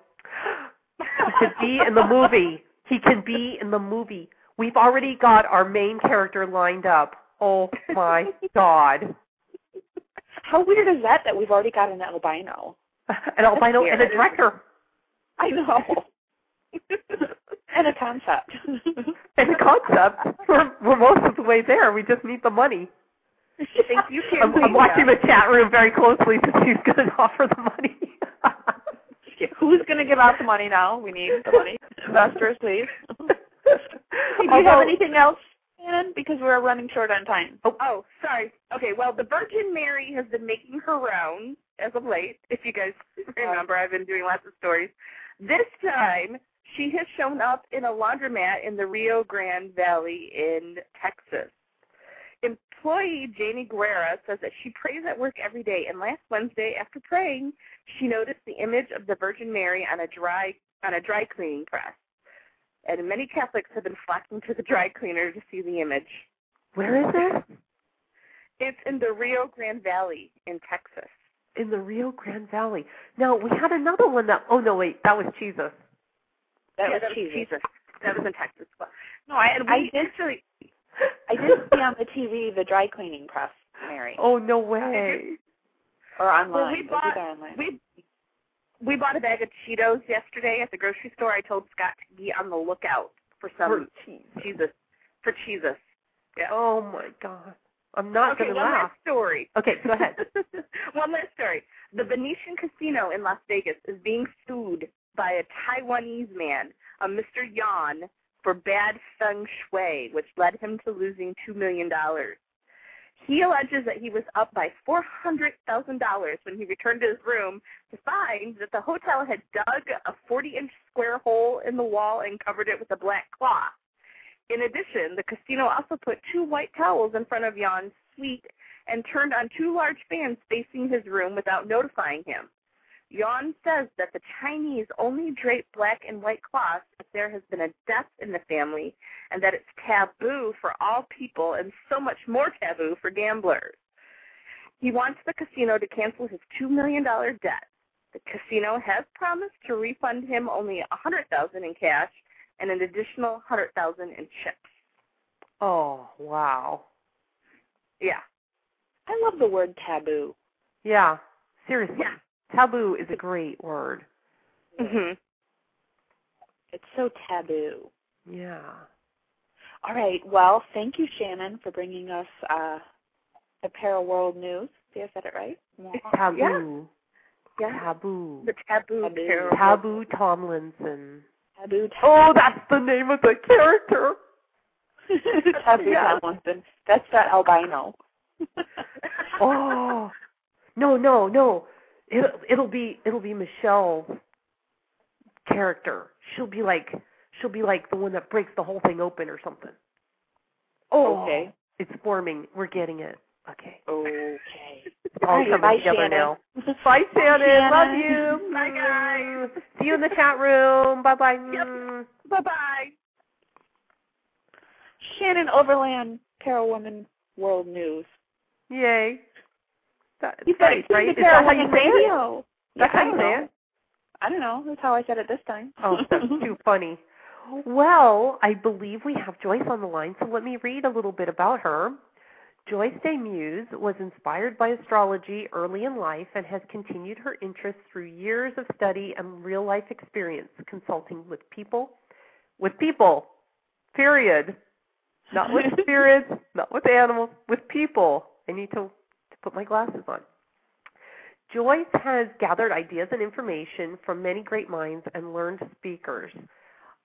He could be in the movie. He can be in the movie. We've already got our main character lined up. Oh my god, *laughs* How weird is that that we've already got an albino? an *laughs* albino and a director I *laughs* know. and a concept. *laughs* and a concept. *laughs* We're we're most of the way there. We just need the money. thank *laughs* you Kim. I'm, I'm watching the chat room very closely since she's going to *laughs* offer the money. Who's going to give out the money now? We need *laughs* the money. Investors, please. Hey, do you have Although- anything else, Shannon? Because we're running short on time. Oh, sorry. Okay, well, the Virgin Mary has been making her rounds as of late. If you *laughs* guys remember, I've been doing lots of stories. This time, she has shown up in a laundromat in the Rio Grande Valley in Texas. Employee Janie Guerra says that she prays at work every day, and last Wednesday, after praying, she noticed the image of the Virgin Mary on a dry on a dry cleaning press. And many Catholics have been flocking to the dry cleaner to see the image. Where is this? It's in the Rio Grande Valley in Texas. In the Rio Grande Valley. Now, we had another one that, oh no, wait, that was Jesus. That Yeah, was cheesy. That was in Texas. No, I, and we I did- actually I *laughs* did see on the TV the dry cleaning press, Mary, *laughs* Oh, no way. or well, online. we It was bought either online. we we bought a bag of Cheetos yesterday at the grocery store. I told Scott to be on the lookout for some cheeses for cheeses. Yeah. Oh my God. I'm not okay, going to one laugh. last story. Okay, go ahead. *laughs* *laughs* one last story. The Venetian Casino in Las Vegas is being sued by a Taiwanese man, a Mr. Yan, for bad feng shui, which led him to losing $2 million. He alleges that he was up by $400,000 when he returned to his room to find that the hotel had dug a 40 inch square hole in the wall and covered it with a black cloth. In addition, the casino also put two white towels in front of Jan's suite and turned on two large fans facing his room without notifying him. Jan says that the Chinese only drape black and white cloths if there has been a death in the family and that it's taboo for all people and so much more taboo for gamblers. He wants the casino to cancel his $2 million debt. The casino has promised to refund him only 100000 in cash and an additional 100000 in chips. Oh, wow. Yeah. I love the word taboo. Yeah. Seriously. Taboo is a great word. Mhm. It's so taboo. Yeah. All right. Well, thank you, Shannon, for bringing us uh, the Paraworld news. Did I said it right? Taboo. Yeah. Taboo. The taboo. Taboo. Taboo Tomlinson. Taboo. Tom- *laughs* Oh, that's the name of the character. taboo Yeah. Tomlinson. That's that albino. Oh. No, no, no. It'll, it'll be it'll be Michelle's character. She'll be like she'll be like the one that breaks the whole thing open or something. Oh, Okay. It's forming. We're getting it. Okay. Okay. It's all Bye, coming bye, together Shannon. now. Bye, Shannon. Love Shannon. you. Bye, guys. See you in the chat room. Bye, bye. Bye bye. Shannon Overland, Parawoman World News. Yay. That, You've got right, to tune right? to Is that how you Parawoman say it? Radio. That's Yeah, how you I don't say know. it? I don't know. That's how I said it this time. *laughs* Oh, that's too funny. Well, I believe we have Joyce on the line, so let me read a little bit about her. Joyce Day Muse was inspired by astrology early in life and has continued her interest through years of study and real life experience consulting with people. With people, period. Not with spirits, not with animals, with people. I need to, to put my glasses on. Joyce has gathered ideas and information from many great minds and learned speakers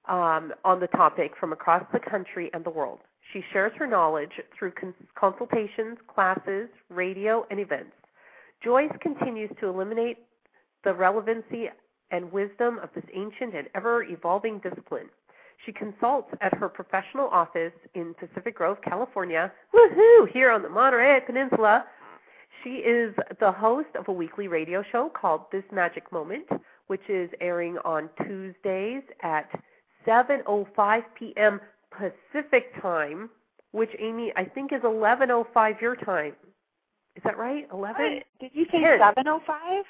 um, on the topic from across the country and the world. She shares her knowledge through cons- consultations, classes, radio, and events. Joyce continues to eliminate the relevancy and wisdom of this ancient and ever evolving discipline. She consults at her professional office in Pacific Grove, California. Woohoo! Here on the Monterey Peninsula. She is the host of a weekly radio show called This Magic Moment, which is airing on Tuesdays at 7:05 p.m. Pacific time, which Amy I think is 11:05 your time. Is that right? 11? What? Did you say Ten. 705?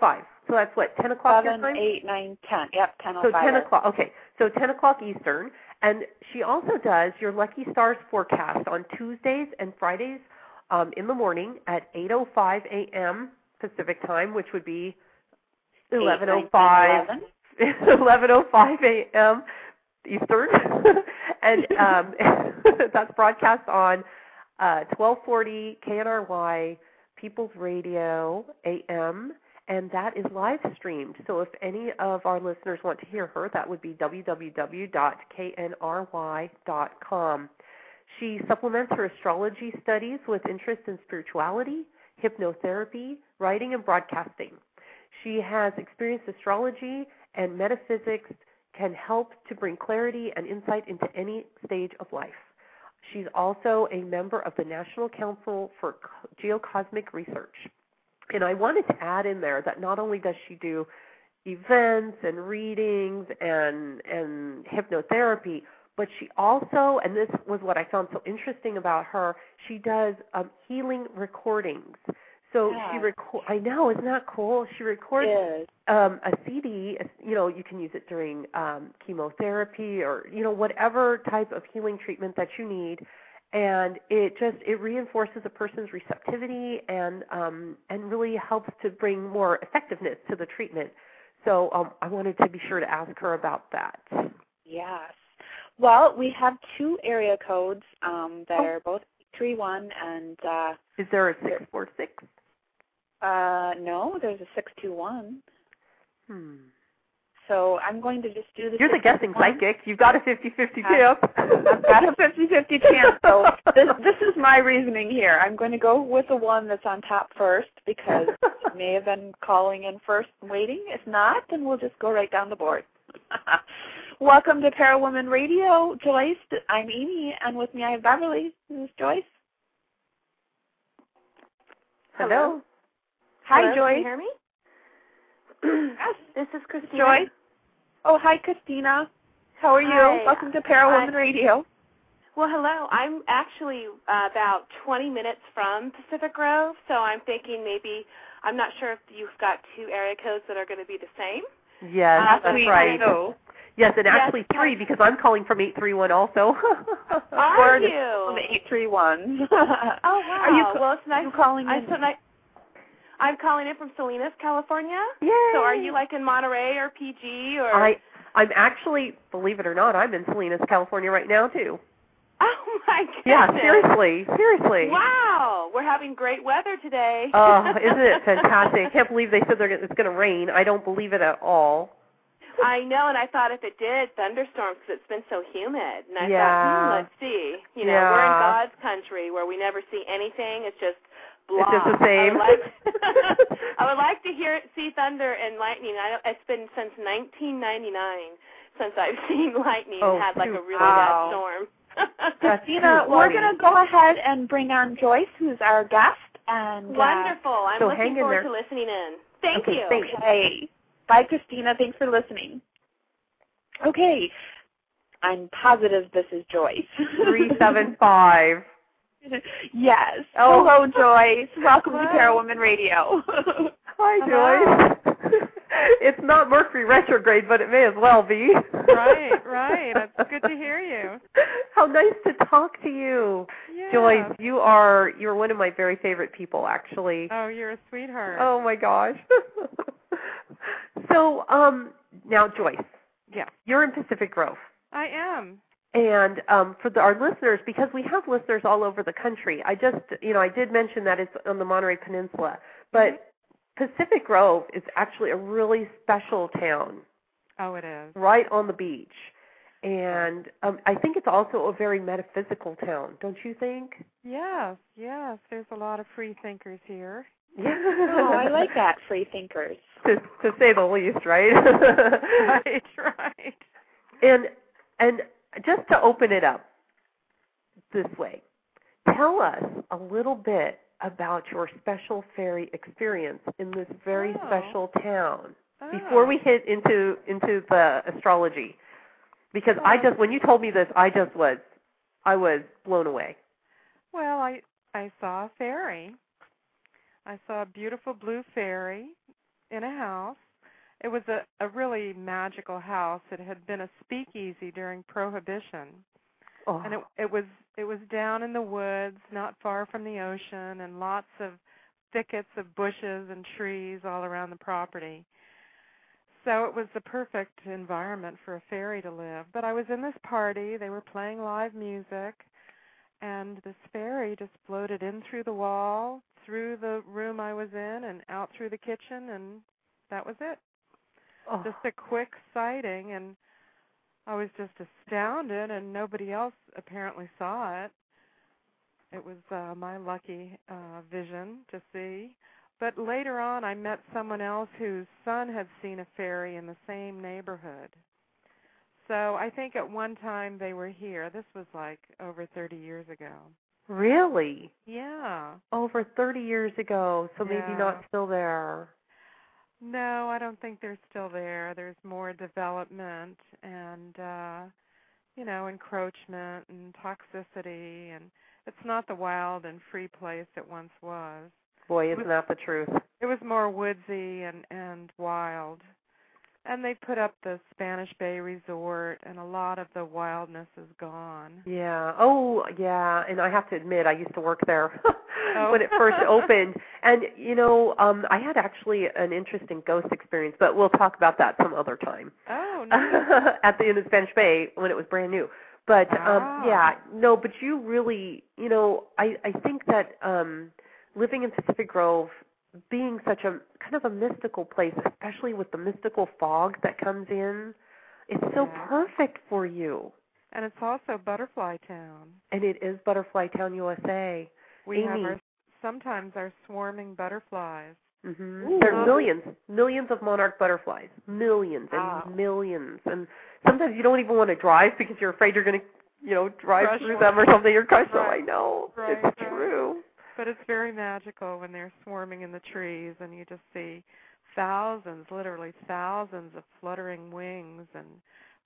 7:05. So that's what 10 o'clock your 7, time. 8, 9, 10. Yep, 1005. So 10 o'clock. Okay. So 10 o'clock Eastern. And she also does your Lucky Stars forecast *laughs* on Tuesdays and Fridays um, in the morning at 8.05 a.m. Pacific time, which would be 11.05, 11. 11.05 a.m. Eastern. and um, *laughs* that's broadcast on uh, 1240 KNRY People's Radio AM, and that is live streamed. So if any of our listeners want to hear her, that would be www.knry.com. She supplements her astrology studies with interest in spirituality, hypnotherapy, writing, and broadcasting. She has experienced astrology and metaphysics can help to bring clarity and insight into any stage of life. She's also a member of the National Council for Co- Geocosmic Research. And I wanted to add in there that not only does she do events and readings and and hypnotherapy, but she also, and this was what I found so interesting about her, she does um, healing recordings. So she Yeah. record. I know, isn't that cool? She records Yes. um, a CD, you know, you can use it during um, chemotherapy or you know whatever type of healing treatment that you need, and it just it reinforces a person's receptivity and um, and really helps to bring more effectiveness to the treatment. So um, I wanted to be sure to ask her about that. Yes. Well, we have two area codes um, Oh. that are both three one and. Uh, Is there a six four six? Uh, no, there's a six two one. Hmm. So I'm going to just do the. You're the guessing 621. psychic. You've got a *laughs* fifty-fifty Uh, tip. I've got a 50-50 chance. So this, this is my reasoning here. I'm going to go with the one that's on top first because it may have been calling in first and waiting. If not, then we'll just go right down the board. *laughs* Welcome to Parawoman Radio, Joyce. I'm Amy, and with me I have Beverly. This is Joyce. Hello. Hi, Hello, Joyce. Can you hear me? Yes. This is Christina. Joyce. Oh, hi, Christina. How are Hi. you? Welcome to Parawoman Hi. Radio. Well, hello. I'm actually uh, about 20 minutes from Pacific Grove, so I'm thinking maybe I'm not sure if you've got two area codes that are going to be the same. Yes, Uh, that's we right. know. Yes, and Yes, actually three because I'm calling from eight three one *laughs* also. Are We're the- you? The eight three one. Oh *laughs* wow. Are you ca- well, it's nice. You calling I'm in? so ni- I'm calling in from Salinas, California. Yay. So are you like in Monterey or PG or? I I'm actually believe it or not I'm in Salinas, California right now too. Oh my goodness. Yeah, seriously, seriously. Wow, we're having great weather today. *laughs* Oh, isn't it fantastic? I can't believe they said they're gonna, it's going to rain. I don't believe it at all. I know, and I thought if it did, thunderstorms, 'cause it's been so humid. And I Yeah. thought, hmm, let's see. You know, we're in Yeah. God's country where we never see anything. It's just blah. It's just the same. *laughs* I would like, *laughs* I would like to hear see thunder and lightning. I don't, it's been since 1999 since I've seen lightning Oh, and had like a shoot. really Wow. bad storm. Christina, we're going to go ahead and bring on Joyce, who's our guest. And uh, Wonderful. I'm So looking hang in forward there. to listening in. Thank okay, you. thanks. Okay. Bye, Christina. Thanks for listening. Okay. I'm positive this is Joyce. Three seven five. *laughs* yes. Oh. Hello, *laughs* Joyce. Welcome to Hi. Parawoman Radio. Oh, Hi, Uh-huh. Joyce. *laughs* it's not Mercury retrograde, but it may as well be. right, right. *laughs* It's good to *laughs* hear you. How nice to talk to you. Yeah. Joyce, you are you're one of my very favorite people actually. Oh, you're a sweetheart. Oh my gosh. *laughs* so, um now Joyce, yeah. you're in Pacific Grove. I am. And um, for the, our listeners, because we have listeners all over the country, I just, you know, I did mention that it's on the Monterey Peninsula, but Pacific Grove is actually a really special town, Oh, it is. right on the beach, and um, I think it's also a very metaphysical town, don't you think? Yes, yes. There's a lot of free thinkers here. Yeah. oh, I like that, free thinkers. to, to say the *laughs* least, right? right, *laughs* right. and and just to open it up this way, tell us a little bit about your special fairy experience in this very Oh. special town before we hit into into the astrology because I Well- just when you told me this I just was I was blown away. Well, I I saw a fairy. I saw a beautiful blue fairy in a house. It was a, a really magical house. It had been a speakeasy during Prohibition, Oh. and it, it was it was down in the woods, not far from the ocean, and lots of thickets of bushes and trees all around the property. So it was the perfect environment for a fairy to live. But I was in this party. They were playing live music, and this fairy just floated in through the wall, through the room I was in, and out through the kitchen, and that was it. Oh. Just a quick sighting, and I was just astounded, and nobody else apparently saw it. It was uh, my lucky uh, vision to see. But later on, I met someone else whose son had seen a fairy in the same neighborhood. So I think at one time they were here. This was like over 30 years ago. Really? Yeah. Over 30 years ago, so Yeah. maybe not still there. No, I don't think they're still there. There's more development and uh you know, encroachment and toxicity and it's not the wild and free place it once was. Boy, isn't that the truth? It was more woodsy and and wild. And they put up the Spanish Bay Resort, and a lot of the wildness is gone. Yeah. Oh, yeah. And I have to admit, I used to work there *laughs* when it first *laughs* opened. And you know, um, I had actually an interesting ghost experience, but we'll talk about that some other time. Oh, no. *laughs* At the Inn of Spanish Bay when it was brand new. But um, yeah, Ah. no. But you really, you know, I I think that um, living in Pacific Grove, being such a kind of a mystical place, especially with the mystical fog that comes in, it's so perfect for you. And it's also Butterfly Town. And it is Butterfly Town USA. We have Amy. our, sometimes our swarming butterflies. hmm Ooh. There are millions, millions of monarch butterflies, millions and millions, and sometimes you don't even want to drive because you're afraid you're going to, you know, drive Crush through one. them or something. You're crushed. them. I Right. know Right, it's true. But it's very magical when they're swarming in the trees and you just see thousands, literally thousands of fluttering wings and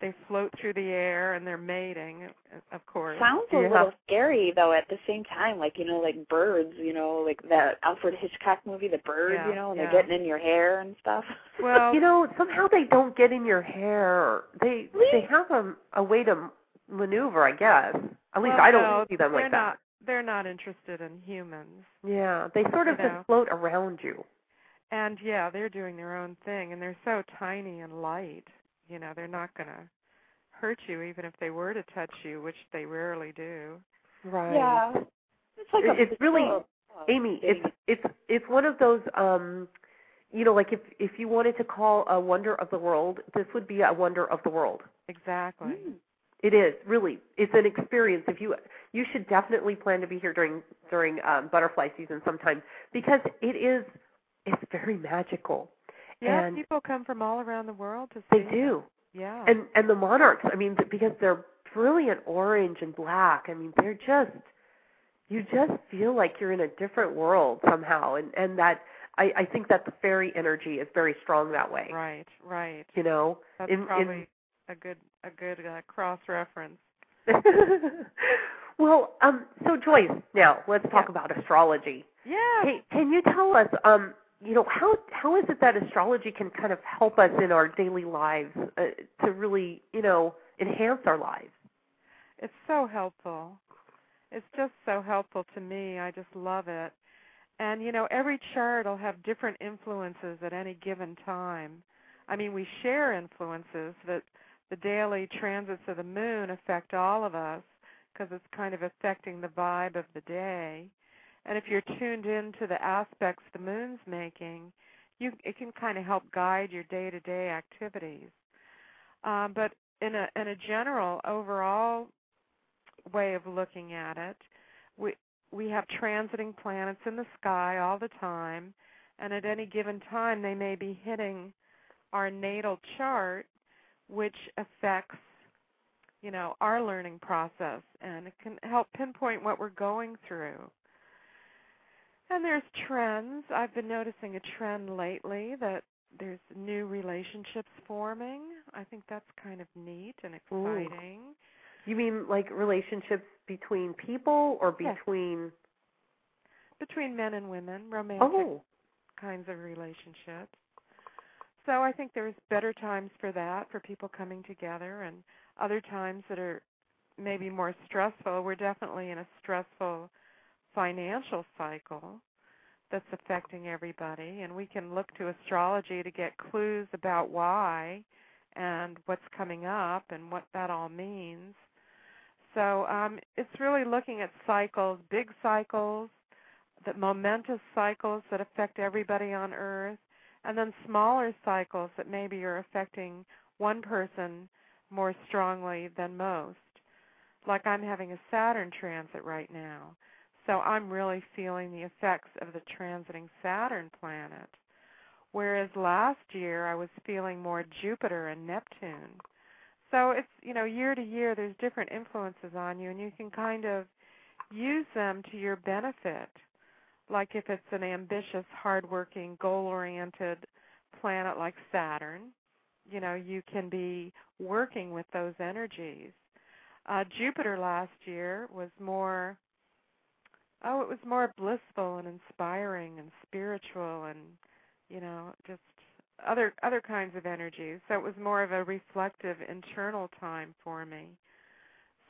they float through the air and they're mating, of course. Sounds a little scary though. At the same time, like you know, like birds. You know, like that Alfred Hitchcock movie, The Bird. Yeah, you know, and yeah. they're getting in your hair and stuff. *laughs* you know, somehow they don't get in your hair. They they have a a way to maneuver, I guess. At least Well, I don't no, see them like they're that. Not, they're not interested in humans. Yeah, they sort of You know. just float around you. And yeah, they're doing their own thing and they're so tiny and light. You know, they're not going to hurt you even if they were to touch you, which they rarely do. Right. Yeah. It's like a- it's really oh, oh, Amy, it's it's it's one of those um you know, like if if you wanted to call a wonder of the world, this would be a wonder of the world. Exactly. It is, really. It's an experience. If you you should definitely plan to be here during during um butterfly season sometime because it is it's very magical. Yeah, and people come from all around the world to see. they do. Yeah. and and the monarchs i mean because they're brilliant orange and black i mean they're just you just feel like you're in a different world somehow and and that i i think that the fairy energy is very strong that way right right you know That's in, probably in a good a good uh, cross reference. *laughs* well um so joyce now let's talk about astrology Yeah. hey can you tell us um you know how how is it that astrology can kind of help us in our daily lives uh, to really you know enhance our lives It's so helpful. It's just so helpful to me. I just love it. And you know, every chart will have different influences at any given time. I mean, we share influences that the daily transits of the moon affect all of us because it's kind of affecting the vibe of the day. And if you're tuned in to the aspects the moon's making, you it can kind of help guide your day-to-day activities. Um, but in a in a general overall way of looking at it, we we have transiting planets in the sky all the time, and at any given time they may be hitting our natal chart, which affects you know our learning process and it can help pinpoint what we're going through. And there's trends. I've been noticing a trend lately that there's new relationships forming. I think that's kind of neat and Ooh. exciting. You mean like relationships between people or Yes. between Between men and women, romantic Oh, kinds of relationships. So I think there's better times for that, for people coming together, and other times that are maybe more stressful. We're definitely in a stressful financial cycle that's affecting everybody, and we can look to astrology to get clues about why and what's coming up and what that all means. So um, it's really looking at cycles, big cycles, the momentous cycles that affect everybody on Earth, and then smaller cycles that maybe are affecting one person more strongly than most. Like I'm having a Saturn transit right now, so I'm really feeling the effects of the transiting Saturn planet. Whereas last year I was feeling more Jupiter and Neptune. So it's, you know, year to year there's different influences on you and you can kind of use them to your benefit. Like if it's an ambitious, hardworking, goal oriented planet like Saturn, you know, you can be working with those energies. Uh, Jupiter last year was more, oh, it was more blissful and inspiring and spiritual and, you know, just other other kinds of energies. So it was more of a reflective internal time for me.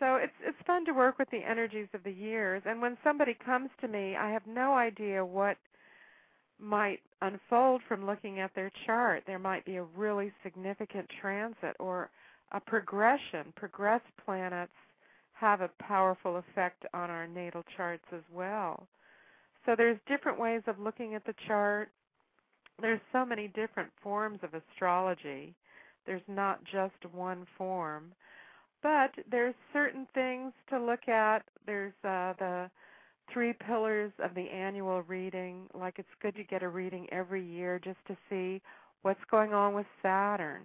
So it's it's fun to work with the energies of the years. And when somebody comes to me, I have no idea what might unfold from looking at their chart. There might be a really significant transit or a progression. Progressed planets have a powerful effect on our natal charts as well. So there's different ways of looking at the chart. There's so many different forms of astrology. There's not just one form. But there's certain things to look at. There's uh, the three pillars of the annual reading. Like it's good to get a reading every year just to see what's going on with Saturn,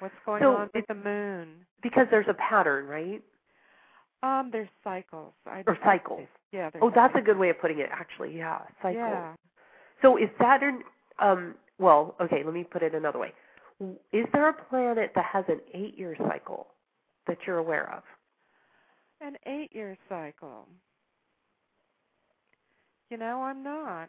what's going So on with it's- the moon. Because there's a pattern, right? Um, there's cycles. I, Or cycles. Yeah. Oh, that's a good way of putting it, actually. Yeah, cycles. Yeah. So is Saturn? Um, well, okay. Let me put it another way. Is there a planet that has an eight-year cycle that you're aware of? an eight-year cycle. You know, I'm not.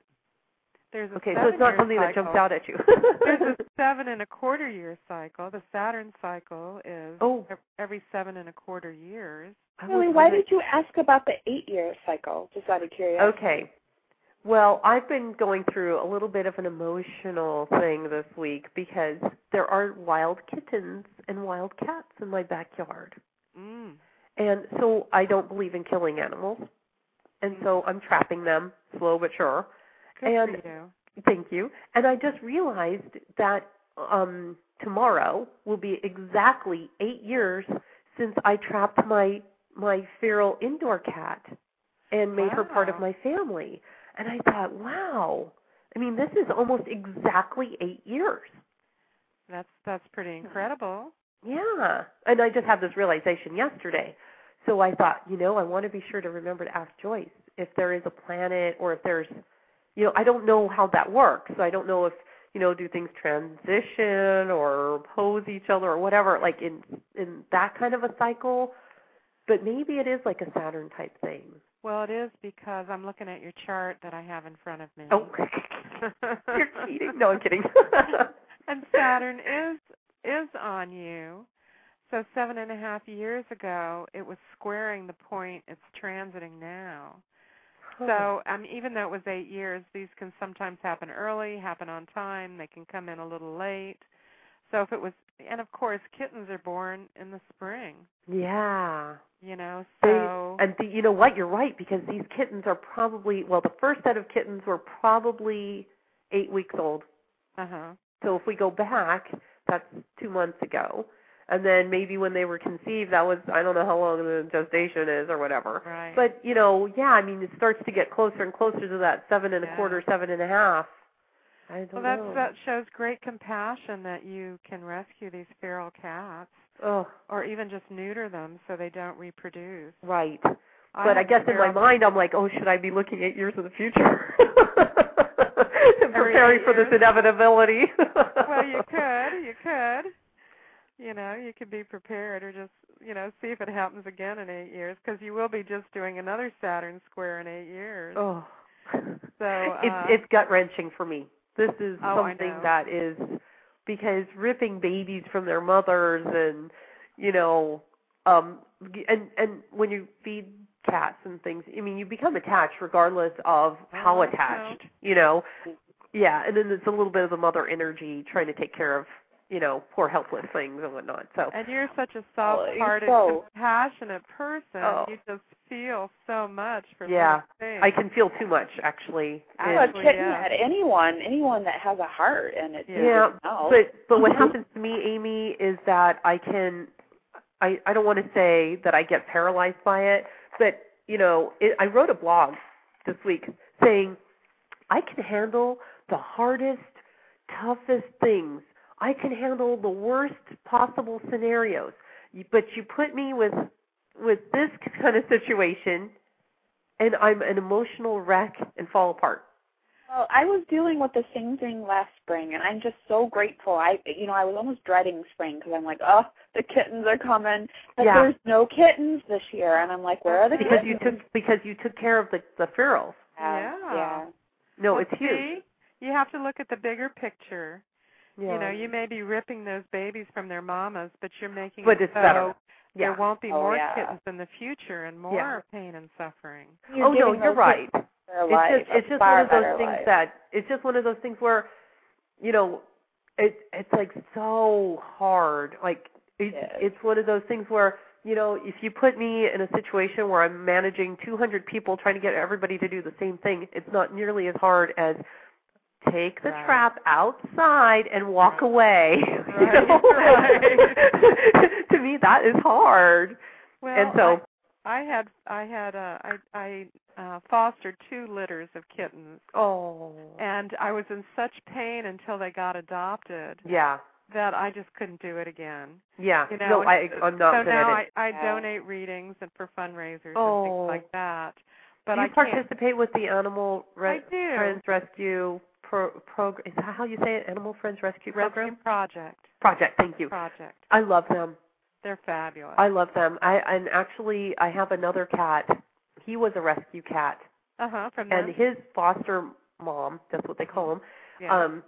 There's a Okay, so it's not seven-year something that cycle. jumps out at you. *laughs* There's a seven and a quarter year cycle. The Saturn cycle is Oh. ev- every seven and a quarter years. Really, why did you ask about the eight-year cycle? Just out of curiosity. Okay. Well, I've been going through a little bit of an emotional thing this week because there are wild kittens and wild cats in my backyard. Mm. And so I don't believe in killing animals. And so I'm trapping them slow but sure. Good and for you. thank you. And I just realized that um tomorrow will be exactly 8 years since I trapped my my feral indoor cat and made her part of Wow. my family. And I thought, wow. I mean, this is almost exactly 8 years. That's that's pretty incredible. Yeah. And I just had this realization yesterday. So I thought, you know, I want to be sure to remember to ask Joyce if there is a planet or if there's, you know, I don't know how that works. So I don't know if, you know, do things transition or oppose each other or whatever, like in in that kind of a cycle. But maybe it is like a Saturn type thing. Well, it is because I'm looking at your chart that I have in front of me. Oh, *laughs* *laughs* you're cheating. No, I'm kidding. *laughs* and Saturn is is on you. So seven and a half years ago, it was squaring the point it's transiting now. So um, even though it was eight years, these can sometimes happen early, happen on time. They can come in a little late. So if it was, and of course, kittens are born in the spring. yeah. You know, They- so and the, you know what? You're right because these kittens are probably well. The first set of kittens were probably eight weeks old. uh huh. So if we go back, that's two months ago, and then maybe when they were conceived, that was I don't know how long the gestation is or whatever. Right. But you know, yeah, I mean, it starts to get closer and closer to that seven and Yeah. a quarter, seven and a half. I don't Well, that's, know. that shows great compassion that you can rescue these feral cats, oh, or even just neuter them so they don't reproduce. right. I but I have guess in my feral- mind, I'm like, oh, should I be looking eight years in the future? *laughs* and Every preparing eight for this years? inevitability. *laughs* *laughs* well, you could, you could. You know, you could be prepared, or just you know, see if it happens again in eight years, because you will be just doing another Saturn square in eight years. Oh. *laughs* So uh, it's it's gut wrenching for me. This is Oh, I something know. that is because ripping babies from their mothers and you know um and and when you feed cats and things i mean you become attached regardless of how Oh, I know. attached you know yeah and then it's a little bit of the mother energy trying to take care of you know poor helpless things and whatnot so and you're such a soft-hearted, Oh, so- compassionate person. Oh. You just feel so much for yeah things. i can feel too much actually I'm And- not kidding at anyone, anyone that has a heart and it Yeah, doesn't know. but *laughs* but what happens to me, Amy, is that I can, I I don't want to say that I get paralyzed by it, but you know, it, I wrote a blog this week saying I can handle the hardest, toughest things. I can handle the worst possible scenarios. You- But you put me with with this kind of situation, and I'm an emotional wreck and fall apart. Well, I was dealing with the same thing last spring, and I'm just so grateful. I, you know, I was almost dreading spring because I'm like, oh, the kittens are coming, but Yeah. there's no kittens this year, and I'm like, where are the because you kittens? took because you took care of the the ferals. yeah. Yeah. yeah. No, Well, it's huge. see, You have to look at the bigger picture. You know, Yeah. you may be ripping those babies from their mamas, but you're making But it it's so better. Yeah. there won't be Oh, more yeah. kittens in the future and more pain and suffering. oh no, you're right. their It's life, just it's a just far one of better those things life. that it's just one of those things where, you know, it it's like so hard. Like it's it's one of those things where you know if you put me in a situation where I'm managing 200 people trying to get everybody to do the same thing, it's not nearly as hard as take the Right. trap outside and walk away. *laughs* You Right, know? right. *laughs* to me, that is hard. Well, and so. I, I had I had uh, I I uh, fostered two litters of kittens. Oh. And I was in such pain until they got adopted Yeah. that I just couldn't do it again. Yeah. You know, no, and I I'm not so good now at it. I, I donate readings and for fundraisers and Oh. things like that. But you I can't. participate with the animal re- I do. friends rescue pro- program. Is that how you say it? Animal friends rescue program. Rescue Project. Project. Thank you. Project. I love them. They're fabulous. I love them. I and actually I have another cat. He was a rescue cat, Uh huh. From and them. his foster mom. That's what they call him. Yeah. Um,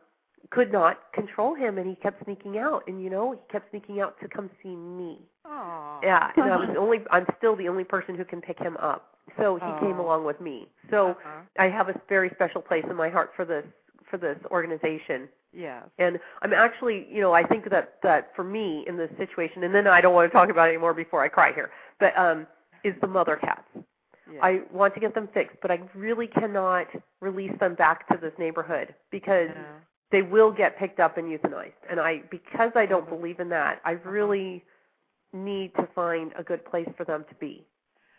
could not control him, and he kept sneaking out. And you know, he kept sneaking out to come see me. Aw. *laughs* Yeah, and I was the only. I'm still the only person who can pick him up. So he came Oh. along with me. So Uh-huh. I have a very special place in my heart for this for this organization. Yes. And I'm actually, you know, I think that that for me in this situation, and then I don't want to talk about it anymore before I cry here. But um, is the mother cats. Yeah. I want to get them fixed, but I really cannot release them back to this neighborhood because Yeah. they will get picked up and euthanized. And I, because I Mm-hmm. don't believe in that, I really need to find a good place for them to be.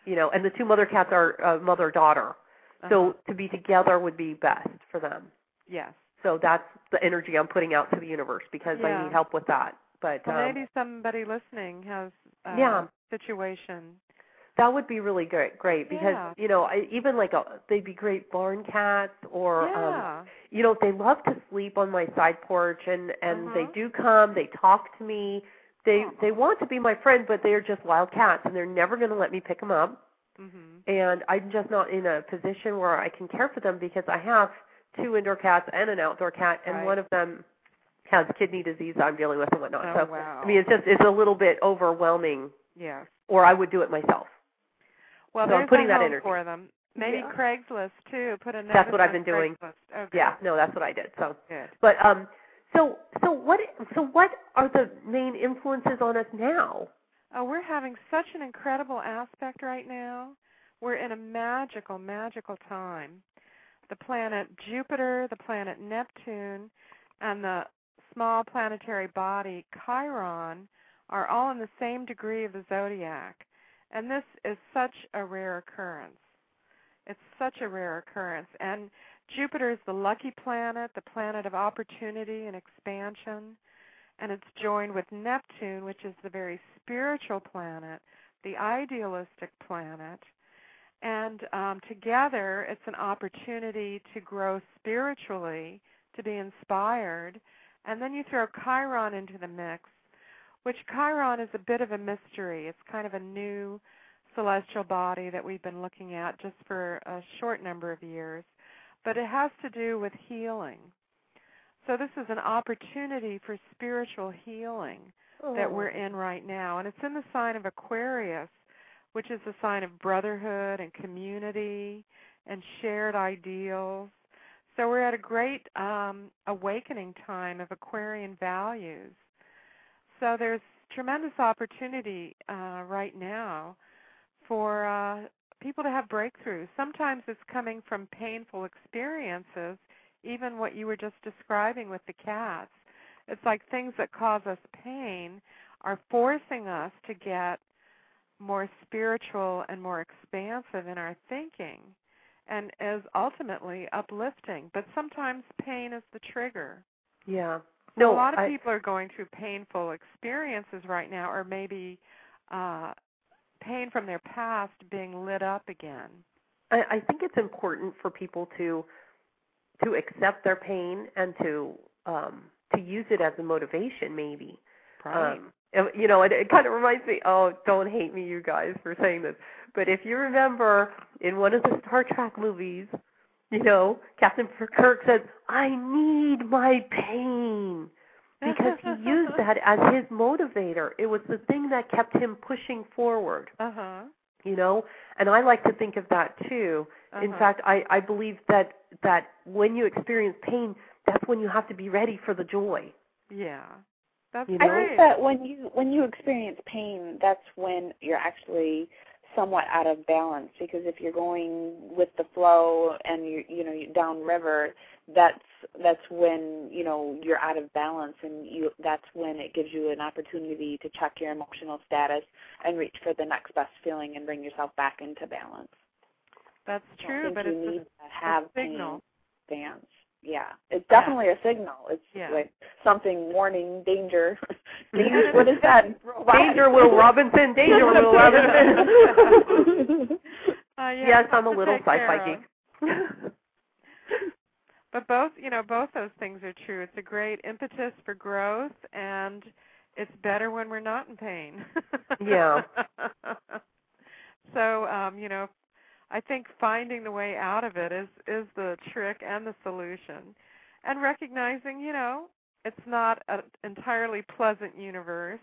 You know, and the two mother cats are uh, mother daughter, Uh-huh. so to be together would be best for them. Yes. So that's the energy I'm putting out to the universe because I Yeah. need help with that. But Well, um, maybe somebody listening has uh, Yeah. situation. that would be really great, great because Yeah. you know I, even like a, they'd be great barn cats or um, yeah. you know they love to sleep on my side porch and and they Mhm. do come they talk to me they they want to be my friend but they're just wild cats and they're never going to let me pick them up mhm. and i'm just not in a position where i can care for them because i have two indoor cats and an outdoor cat and Right. one of them has kidney disease i'm dealing with and whatnot Oh, so wow. i mean it's just it's a little bit overwhelming Yes. or i would do it myself Well, so there's i'm putting a that home energy for them. Maybe Yeah. Craigslist too. Put a notice that's what i've on been doing Craigslist. Oh, yeah no that's what i did so good. But um, so so what so what are the main influences on us now? Oh, we're having such an incredible aspect right now. We're in a magical, magical time. The planet Jupiter, the planet Neptune, and the small planetary body Chiron are all in the same degree of the zodiac. And this is such a rare occurrence. It's such a rare occurrence. And Jupiter is the lucky planet, the planet of opportunity and expansion and it's joined with Neptune, which is the very spiritual planet, the idealistic planet. And um, together, it's an opportunity to grow spiritually, to be inspired. And then you throw Chiron into the mix, which Chiron is a bit of a mystery. It's kind of a new celestial body that we've been looking at just for a short number of years, but it has to do with healing. So this is an opportunity for spiritual healing that we're in right now. And it's in the sign of Aquarius, which is the sign of brotherhood and community and shared ideals. So we're at a great um, awakening time of Aquarian values. So there's tremendous opportunity uh, right now for uh, people to have breakthroughs. Sometimes it's coming from painful experiences, even what you were just describing with the cats. It's like things that cause us pain are forcing us to get more spiritual and more expansive in our thinking and is ultimately uplifting. But sometimes pain is the trigger. Yeah. So No, a lot of I- people are going through painful experiences right now, or maybe uh, pain from their past being lit up again. I, I think it's important for people to to accept their pain and to um, to use it as a motivation, maybe. Right. Um, and, you know, it, it kind of reminds me. Oh, don't hate me, you guys, for saying this. But if you remember, in one of the Star Trek movies, you know, Captain Kirk says, "I need my pain." because he *laughs* used Uh-huh. that as his motivator. It was the thing that kept him pushing forward. Uh huh. You know, and I like to think of that too. In Uh-huh. fact, I I believe that that when you experience pain, that's when you have to be ready for the joy. Yeah. That's You I know? think that when you when you experience pain, that's when you're actually somewhat out of balance because if you're going with the flow and you you know you downriver, that's that's when you know you're out of balance and you that's when it gives you an opportunity to check your emotional status and reach for the next best feeling and bring yourself back into balance. That's So I true, think but you it's need a, to have a signal. pain dance. Yeah, it's Yeah. definitely a signal. It's Yeah. like something warning danger. danger what is that? Danger, Will *laughs* Robinson. Danger, Will *laughs* Robinson. Uh, yeah, yes, it's I'm a to little take care sci-fi of. geek. *laughs* But both, you know, both those things are true. It's a great impetus for growth, and it's better when we're not in pain. Yeah. *laughs* so, um, you know, I think finding the way out of it is is the trick and the solution, and recognizing, you know, it's not an entirely pleasant universe.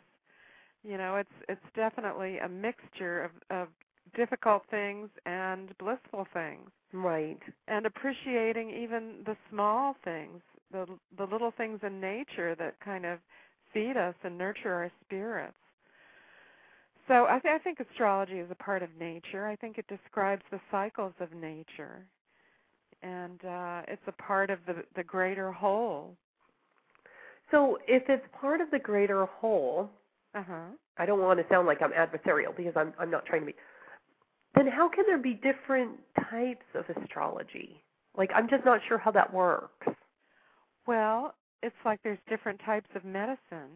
You know, it's it's definitely a mixture of of difficult things and blissful things Right. and appreciating even the small things, the the little things in nature that kind of feed us and nurture our spirits. So I, th- I think astrology is a part of nature. I think it describes the cycles of nature, and uh, it's a part of the the greater whole. So if it's part of the greater whole, Uh huh. I don't want to sound like I'm adversarial because I'm I'm not trying to be. Then how can there be different types of astrology? Like I'm just not sure how that Oh. works. Well, it's like there's different types of medicine.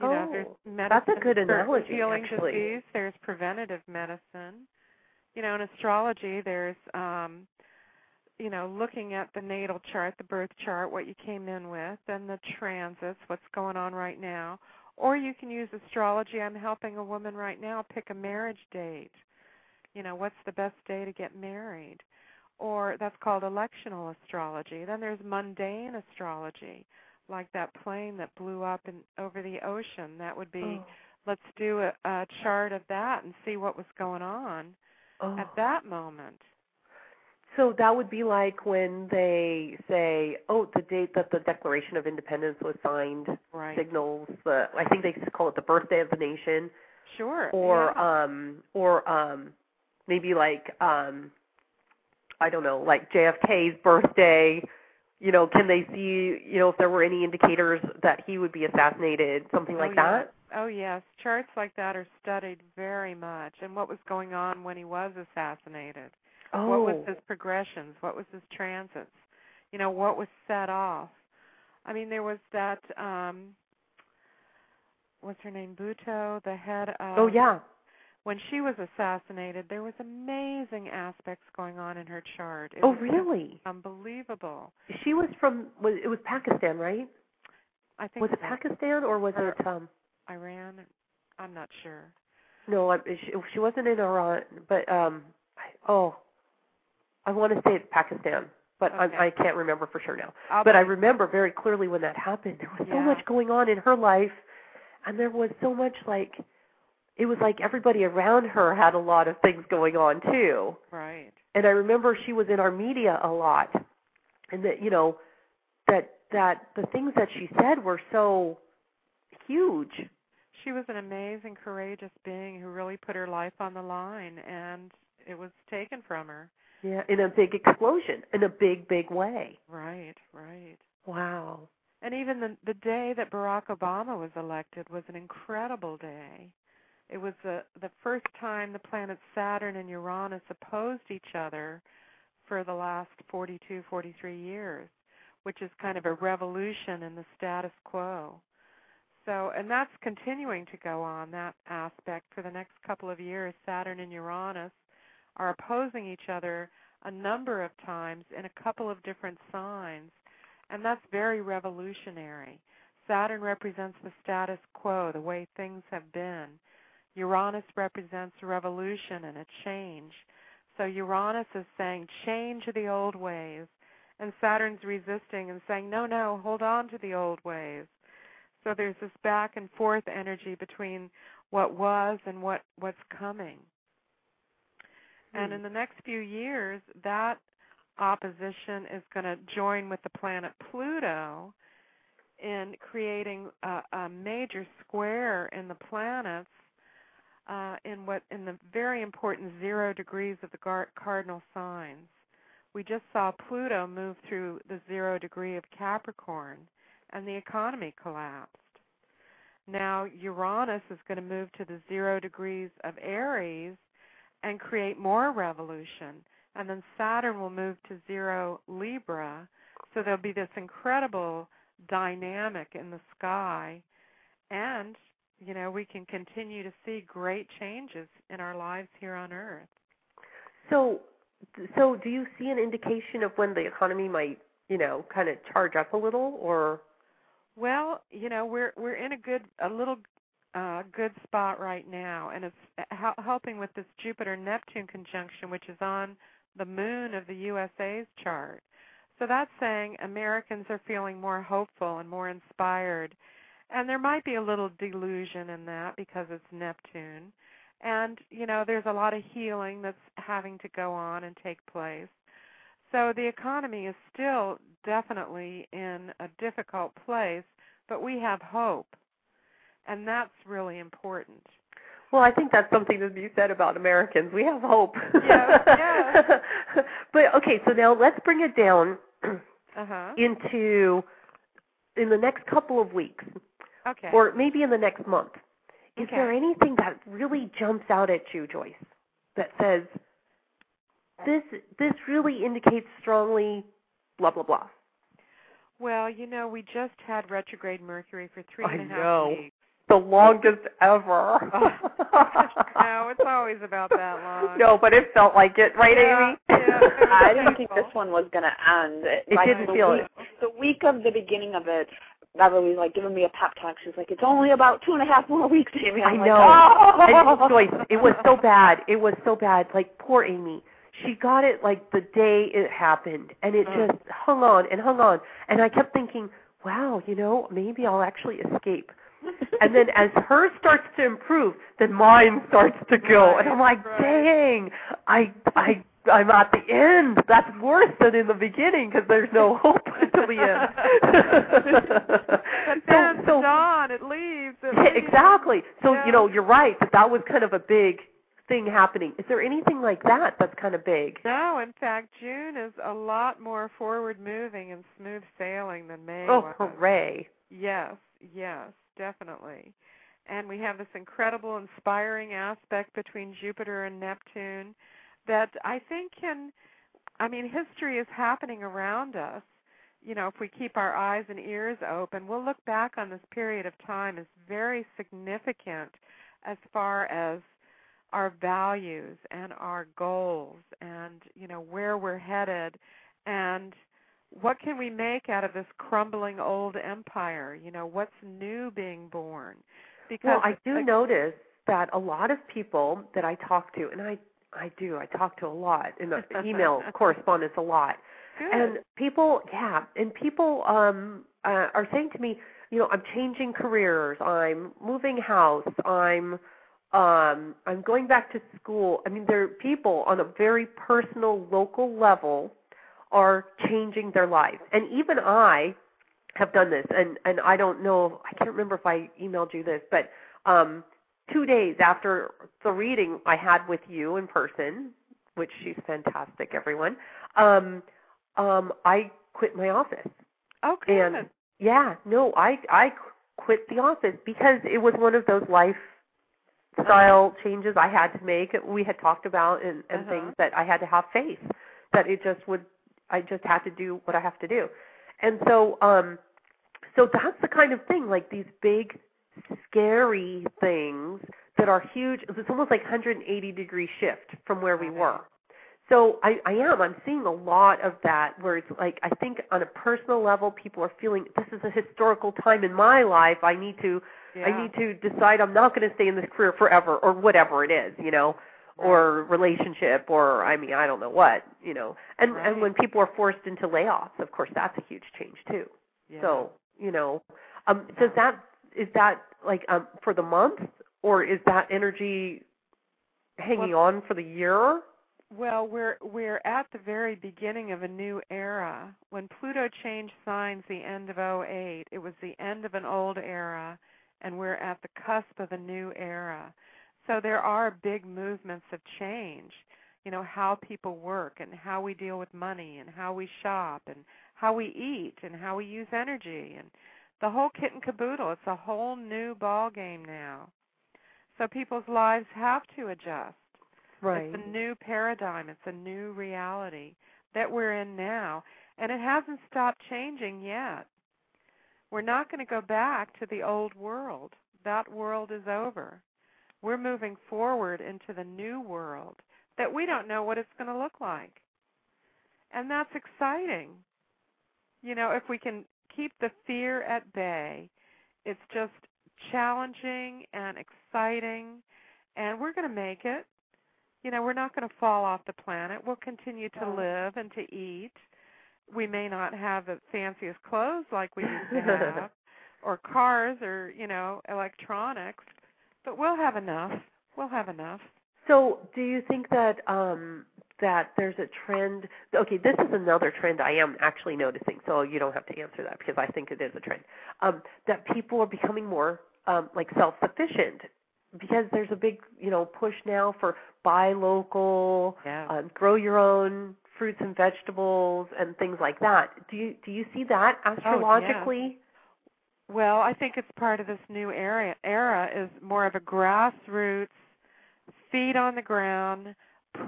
You know, there's Oh, medicine that's a good for analogy, healing actually. disease. There's preventative medicine. You know, in astrology, there's um, you know looking at the natal chart, the birth chart, what you came in with, and the transits, what's going on right now. Or you can use astrology. I'm helping a woman right now pick a marriage date. You know, what's the best day to get married? Or that's called electional astrology. Then there's mundane astrology, like that plane that blew up in, over the ocean. That would be Oh. let's do a, a chart of that and see what was going on Oh. at that moment. So that would be like when they say, "Oh, the date that the Declaration of Independence was signed Right. signals the." I think they call it the birthday of the nation, Sure. or yeah. um, or um, maybe like um, I don't know, like JFK's birthday. You know, can they see? You know, if there were any indicators that he would be assassinated, something like oh, that. Yes. Oh yes, charts like that are studied very much, and what was going on when he was assassinated. What was Oh. his progressions? What was his transits? You know, what was set off? I mean, there was that. um What's her name? Bhutto, the head of. Oh yeah. When she was assassinated, there was amazing aspects going on in her chart. It Oh was really? Unbelievable. She was from. Was it was Pakistan, right? I think Was it so. Pakistan or was Or- it? Um, Iran. I'm not sure. No, I, she, she wasn't in Iran, but um, I, oh, I want to say it's Pakistan, but Okay. I, I can't remember for sure now. I'll but I be- remember very clearly when that happened. There was so Yeah. much going on in her life, and there was so much like it was like everybody around her had a lot of things going on too. Right. And I remember she was in our media a lot, and that you know that that the things that she said were so huge. She was an amazing, courageous being who really put her life on the line, and it was taken from her. Yeah, in a big explosion, in a big, big way. Right, right. Wow. And even the the day that Barack Obama was elected was an incredible day. It was the the first time the planets Saturn and Uranus opposed each other for the last 42, 43 years, which is kind of a revolution in the status quo. So, and that's continuing to go on that aspect for the next couple of years. Saturn and Uranus are opposing each other a number of times in a couple of different signs and that's very revolutionary. Saturn represents the status quo, the way things have been. Uranus represents revolution and a change. So Uranus is saying, change the old ways and Saturn's resisting and saying, "No, no, hold on to the old ways." So there's this back and forth energy between what was and what what's coming. Hmm. And in the next few years, that opposition is going to join with the planet Pluto in creating a, a major square in the planets uh, in what in the very important zero degrees of the gar- cardinal signs. We just saw Pluto move through the zero degree of Capricorn, and the economy collapsed. Now Uranus is going to move to the zero degrees of Aries and create more revolution. And then Saturn will move to zero Libra. So there'll be this incredible dynamic in the sky. And, you know, we can continue to see great changes in our lives here on Earth. So, so do you see an indication of when the economy might, you know, kind of charge up a little, or? Well, you know, we're we're in a good a little uh, good spot right now, and it's uh, hel- helping with this Jupiter Neptune conjunction, which is on the moon of the USA's chart. So that's saying Americans are feeling more hopeful and more inspired. And there might be a little delusion in that because it's Neptune. And, you know, there's a lot of healing that's having to go on and take place. So the economy is still definitely in a difficult place, but we have hope and that's really important. Well, I think that's something to be said about Americans. We have hope. Yeah, yeah. *laughs* but okay, so now let's bring it down Uh-huh. into in the next couple of weeks, Okay. or maybe in the next month. Is Okay. there anything that really jumps out at you, Joyce, that says this this really indicates strongly blah blah blah? well, you know, we just had retrograde Mercury for three I and a half know. *laughs* weeks. The longest ever. *laughs* No, it's always about that long. no, but it felt like it, right, Yeah, *laughs* Amy? *laughs* I didn't think this one was going to end. It, It like, didn't the feel week, it. The week of the beginning of it, Beverly was like giving me a pep talk. She was like, "It's only about two and a half more weeks, Amy." I I'm know. Like, oh! And Joyce, it was so bad. It was so bad. Like poor Amy. She got it like the day it happened and it Mm. just hung on and hung on and I kept thinking, wow, you know, maybe I'll actually escape. and then as hers starts to improve, then mine starts to go and I'm like, dang, I I I'm at the end. That's worse than in the beginning because there's no *laughs* hope until the end. *laughs* But so, then so dawn, it leaves. *laughs* *laughs* It yeah, leaves. exactly. So Yeah. you know, you're right. That that was kind of a big thing happening. Is there anything like that that's kind of big? No, in fact, June is a lot more forward moving and smooth sailing than May Oh, was. hooray! Yes, yes, definitely. And we have this incredible, inspiring aspect between Jupiter and Neptune that I think can, I mean, history is happening around us. You know, if we keep our eyes and ears open, we'll look back on this period of time as very significant as far as our values and our goals and, you know, where we're headed and what can we make out of this crumbling old empire? You know, what's new being born? Because Well, I do like, notice that a lot of people that I talk to, and I I do, I talk to a lot in *laughs* the email correspondence a lot, Good. and people, yeah, and people um uh, are saying to me, you know, I'm changing careers, I'm moving house, I'm um I'm going back to school. I mean, there are people on a very personal, local level are changing their lives, and even I have done this and and I don't know I can't remember if I emailed you this but um 2 days after the reading I had with you in person which she's fantastic everyone um um I quit my office oh, and good. yeah no I I quit the office because it was one of those lifestyle changes I had to make we had talked about and and Uh-huh. things that I had to have faith that it just would I just had to do what I have to do and so um so that's the kind of thing like these big scary things that are huge it's almost like 180 degree shift from where we were so I, I am i'm seeing a lot of that where it's like i think on a personal level people are feeling this is a historical time in my life i need to yeah. i need to decide i'm not going to stay in this career forever or whatever it is you know or relationship or I mean I don't know what you know and and when people are forced into layoffs of course that's a huge change too Yeah. so you know um does that is that like um for the month or is that energy hanging on for the year Well, we're we're at the very beginning of a new era. When Pluto changed signs the end of 08, it was the end of an old era and we're at the cusp of a new era. So there are big movements of change, you know, how people work and how we deal with money and how we shop and how we eat and how we use energy and the whole kit and caboodle. It's a whole new ball game now. So people's lives have to adjust. It's a new paradigm. It's a new reality that we're in now. And it hasn't stopped changing yet. We're not going to go back to the old world. That world is over. We're moving forward into the new world that we don't know what it's going to look like. And that's exciting. You know, if we can keep the fear at bay, it's just challenging and exciting, and we're going to make it you know, we're not going to fall off the planet. We'll continue to live and to eat. We may not have the fanciest clothes like we used to have, or cars, or you know, electronics, but we'll have enough. We'll have enough. So, do you think that um that there's a trend? Okay, this is another trend I am actually noticing. So you don't have to answer that because I think it is a trend. Um, that people are becoming more um, like self-sufficient because there's a big you know push now for buy local, um, grow your own fruits and vegetables and things like that. Do you do you see that Oh, astrologically? *laughs* Well, I think it's part of this new era. Era is more of a grassroots, feet on the ground,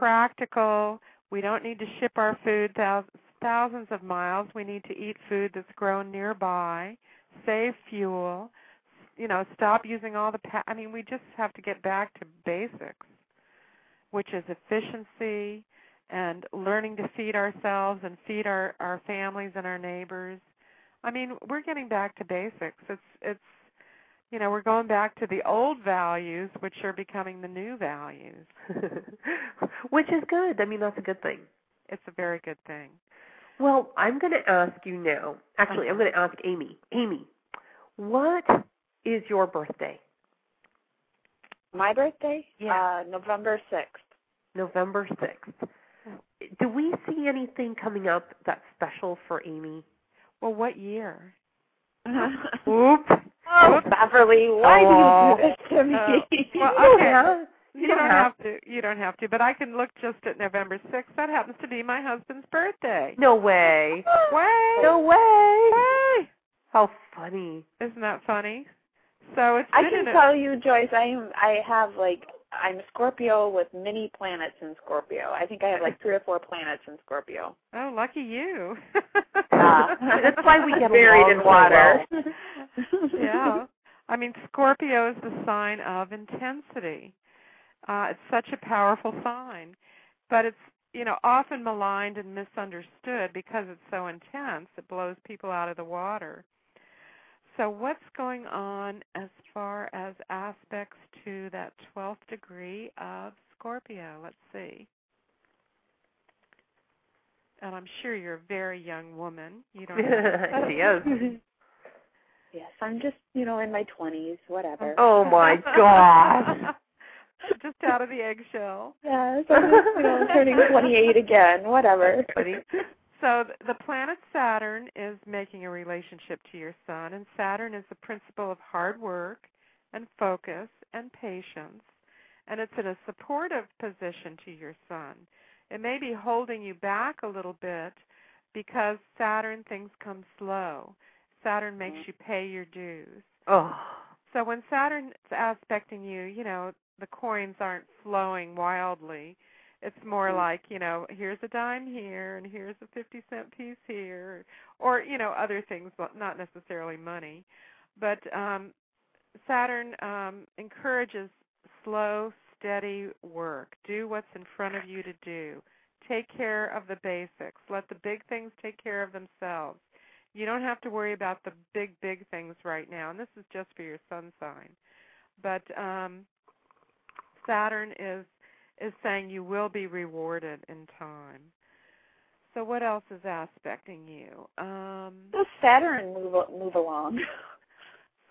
practical. We don't need to ship our food thous- thousands of miles. We need to eat food that's grown nearby, save fuel. You know, stop using all the. Pa- I mean, we just have to get back to basics, which is efficiency and learning to feed ourselves and feed our our families and our neighbors. I mean, we're getting back to basics. It's it's you know, we're going back to the old values which are becoming the *laughs* new values. Which is good. I mean, that's a good thing. It's a very good thing. Well, I'm going to ask you now. Actually, I'm going to ask Amy. Amy, what is your birthday? *laughs* My birthday? Yeah. Uh, November 6th. November 6th. Do we see anything coming up that's special for Amy? Well, what year? Oops. Oh, Beverly, why do *laughs* you do this to me? Uh, Oh. Well, okay. Yeah. You don't have to. You don't have to. But I can look just at November 6th. That happens to be my husband's *gasps* birthday. No way. Way. No way. Way. How funny. *laughs* Isn't that funny? So it's I been can an- tell you, Joyce, I am. I have like I'm Scorpio with many planets in Scorpio. I think I have like three or four planets in *laughs* Scorpio. Oh, lucky you. Yeah. Ah, That's *laughs* why we get buried along in so water. well. *laughs* *laughs* yeah. I mean, Scorpio is the sign of intensity. Uh, it's such a powerful sign, but it's you know often maligned and misunderstood because it's so intense. It blows people out of the water. So what's going on as far as aspects to that 12th degree of Scorpio? Let's see. And I'm sure you're a very young woman. You don't. know. *laughs* She is. yes, I'm just you know in my 20s, whatever. Oh, my gosh. *laughs* Just out of the eggshell. Yes, I'm just you know *laughs* turning 28 again, whatever. So th- the planet Saturn is making a relationship to your sun, and Saturn is the principle of hard work and focus and patience, and it's in a supportive position to your sun. It may be holding you back a little bit because Saturn things come slow. Saturn makes you pay your dues. Oh. So when Saturn's aspecting you, you know, the coins aren't flowing wildly. It's more Mhm. like, you know, here's a dime here and here's a 50 cent piece here or, you know, other things, but not necessarily money. But um Saturn um encourages slow, steady work. Do what's in front of you to do. Take care of the basics. Let the big things take care of themselves. You don't have to worry about the big, big things right now. And this is just for your sun sign. But um Saturn is is saying you will be rewarded in time. So what else is aspecting you? Um, Does Saturn move a- move along?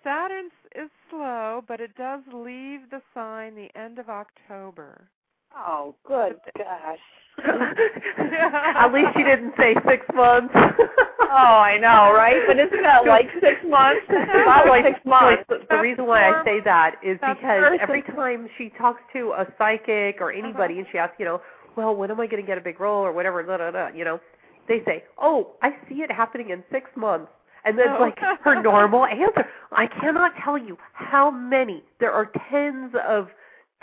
Saturn s- is slow, but it does leave the sign the end of October. Oh, good gosh. *laughs* At least you didn't say six months. *laughs* Oh, I know, right? But isn't *laughs* that like six months? It's not like six months. Like, the reason why I say that is That's because worse every Uh-huh. than- time she talks to a psychic or anybody, and she asks, you know, well, when am I going to get a big role or whatever, da da da, you know, they say, oh, I see it happening in six months. And then, Oh. like her normal answer, I cannot tell you how many. There are tens of,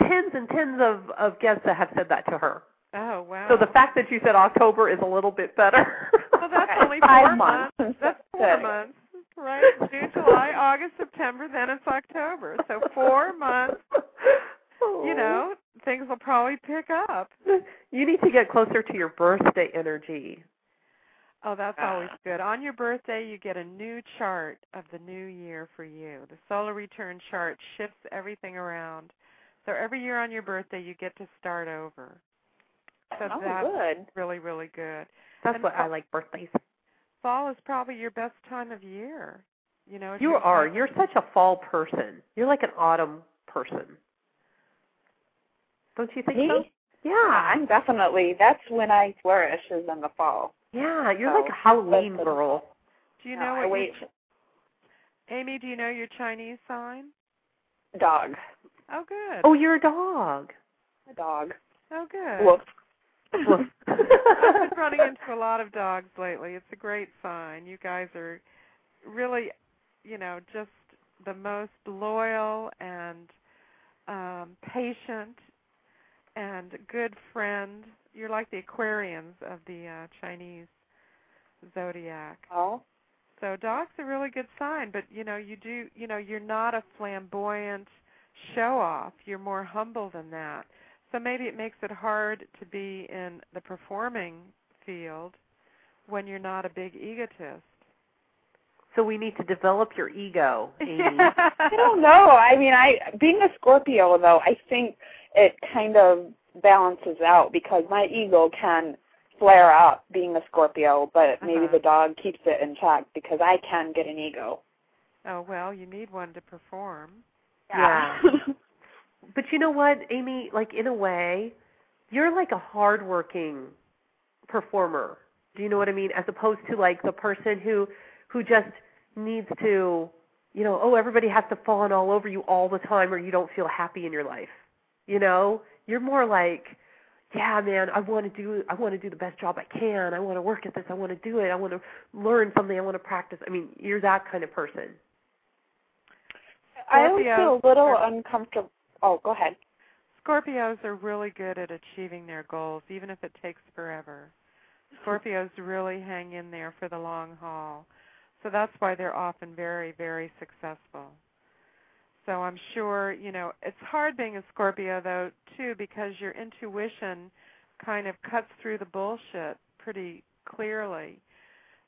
tens and tens of of guests that have said that to her. Oh wow. So the fact that you said October is a little bit better. well, *laughs* that's only four Five months. That's four Okay. months, right? June, July, August, September, then it's October. So four months. You know, things will probably pick up. You need to get closer to your birthday energy. Oh, that's always Ah. good. On your birthday, you get a new chart of the new year for you. The solar return chart shifts everything around. So every year on your birthday, you get to start over. So Oh, that's good. really, really good. That's And what I fa- like birthdays. Fall is probably your best time of year. You know, if You you're are. You're such a fall person. You're like an autumn person. Don't you think so? Yeah, I'm definitely. That's when I flourish is in the fall. Yeah, you're So, Oh, like a Halloween girl. Do you No, know I what your- wait Amy, do you know your Chinese sign? Dog. Oh, good. Oh, you're a *laughs* dog. A dog. Oh, good. *laughs* Woof. Woof. I've been running into a lot of dogs lately. It's a great sign. You guys are really, you know, just the most loyal and um, patient and good friend. You're like the Aquarians of the uh, Chinese zodiac. Oh. So dog's a really good sign, but you know, you do, you know, you're not a flamboyant show off. You're more humble than that. So maybe it makes it hard to be in the performing field when you're not a big egotist. So we need to develop your *laughs* ego. Amy. I don't know. I mean, I being a Scorpio though, I think it kind of balances out because my ego can flare up being a Scorpio, Uh-huh. but maybe the dog keeps it in check because I can get an ego. Oh well, you need one to perform. Yeah. but you know what, Amy? Like in a way, you're like a hardworking performer. Do you know what I mean? As opposed to like the person who who just needs to, you know, oh everybody has to fall in all over you all the time, or you don't feel happy in your life. You know, you're more like, yeah, man, I want to do I want to do the best job I can. I want to work at this. I want to do it. I want to learn something. I want to practice. I mean, you're that kind of person. *laughs* I always Scorpios feel a little are- uncomfortable. Oh, go ahead. Scorpios are really good at achieving their goals, even if it takes forever. Scorpios really hang in there for the long haul. So that's why they're often very, very successful. So I'm sure, you know, it's hard being a Scorpio, though, too, because your intuition kind of cuts through the bullshit pretty clearly.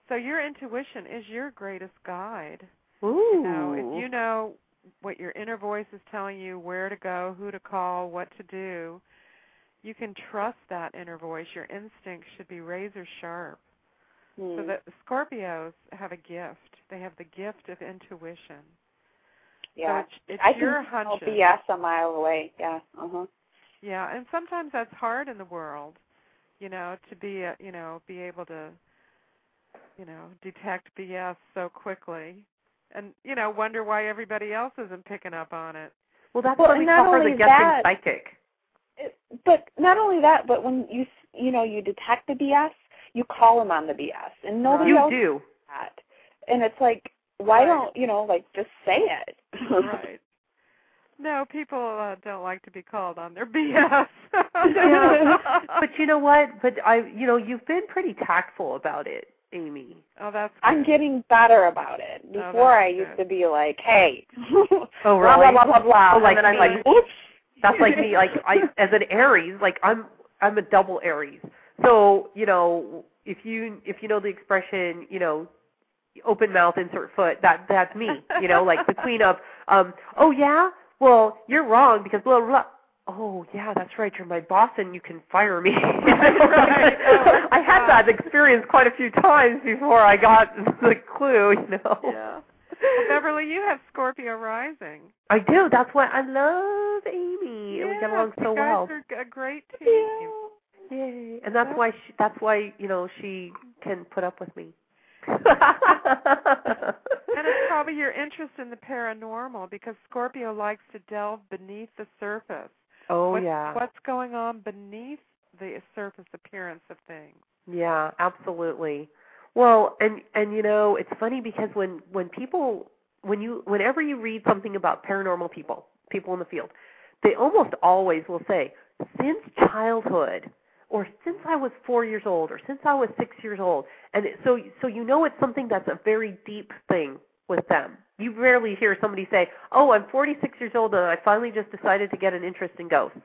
So your intuition is your greatest guide. Ooh. You know, Hmm. if you know what your inner voice is telling you, where to go, who to call, what to do, you can trust that inner voice. Your instincts should be razor sharp. Hmm, So the Scorpios have a gift. They have the gift of intuition. yeah, it's- it's I can uh, your smell hunches. BS a mile away. Yeah. Uh huh. Yeah, and sometimes that's hard in the world, you know, to be a, you know be able to, you know, detect BS so quickly, and you know wonder why everybody else isn't picking up on it. Well, that's Well, what we and not call her the only guessing that- psychic. But not only that, but when you s- you know you detect the BS, you call them on the BS, and nobody you else do. does that. And it's like, why don't you know, like, just say it? right. No, people uh, don't like to be called on their *laughs* BS. *laughs* Yeah. but you know what? But I, you know, you've been pretty tactful about it, Amy. Oh, that's *laughs* I'm getting better about it. Oh, Before I that's used good. to be like, hey, *laughs* Oh, blah blah really? blah blah blah, Oh, like and then I'm me. like, oops. That's like me. Like I, *laughs* as an Aries, like I'm, I'm a double Aries. So you know, if you if you know the expression, you know, open mouth, insert foot. That that's me. You know, like the queen of, um, oh yeah, well you're wrong because blah blah. blah. oh yeah, that's right. You're my boss, and you can fire me. *laughs* Right. Oh, I had that experience quite a few times before I got *laughs* the clue. You know. Yeah. Well, Beverly, you have Scorpio rising. *laughs* I do. That's why I love Amy, and we get Yeah, along so you guys well. are a great team. Yay! And that's why she, that's why you know she can put up with me. *laughs* and it's probably your interest in the paranormal because Scorpio likes to delve beneath the surface. Oh what's, yeah. What's going on beneath the surface appearance of things? Yeah, absolutely. Well, and and you know, it's funny because when when people when you whenever you read something about paranormal people, people in the field, they almost always will say, "Since childhood or since I was 4 years old or since I was 6 years old." And it, so so you know it's something that's a very deep thing with them. You rarely hear somebody say, "Oh, I'm 46 years old and I finally just decided to get an interest in ghosts."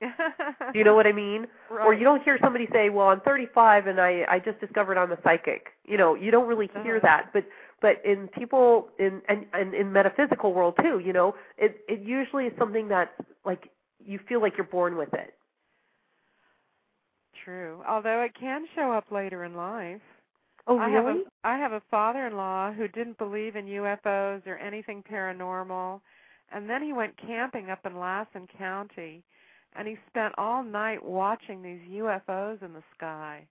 Do Uh-huh. you know *laughs* what I mean? Or you don't hear somebody say, "Well, I'm 35 and I I just discovered I'm a psychic." You know, you don't really hear that. But but in people in and and in metaphysical world too, you know, it it usually is something that like you feel like you're born with it. True. Although it can show up later in life. Oh, I have a really? I have a father-in-law who didn't believe in UFOs or anything paranormal, and then he went camping up in Lassen County, and he spent all night watching these UFOs in the sky.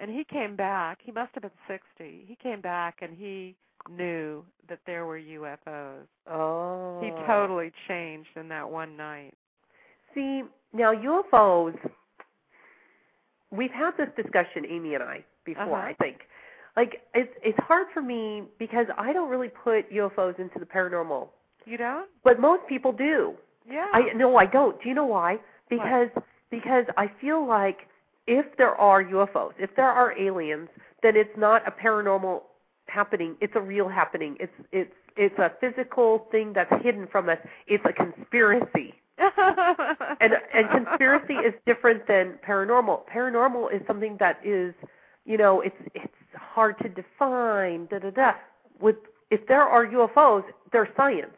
And he came back. He must have been 60. He came back and he knew that there were UFOs. Oh. He totally changed in that one night. See, now UFOs, we've had this discussion, Amy and I, before, Uh-huh. I think. Like, it's, it's hard for me because I don't really put UFOs into the paranormal, You don't? but most people do. Yeah. I No, I don't. Do you know why? Because, because I feel like if there are UFOs, if there are aliens, then it's not a paranormal happening. It's a real happening. It's, it's, it's a physical thing that's hidden from us. It's a conspiracy and and conspiracy *laughs* is different than paranormal. Paranormal is something that is, you know, it's it's hard to define. Da da da. With if there are UFOs, they're science.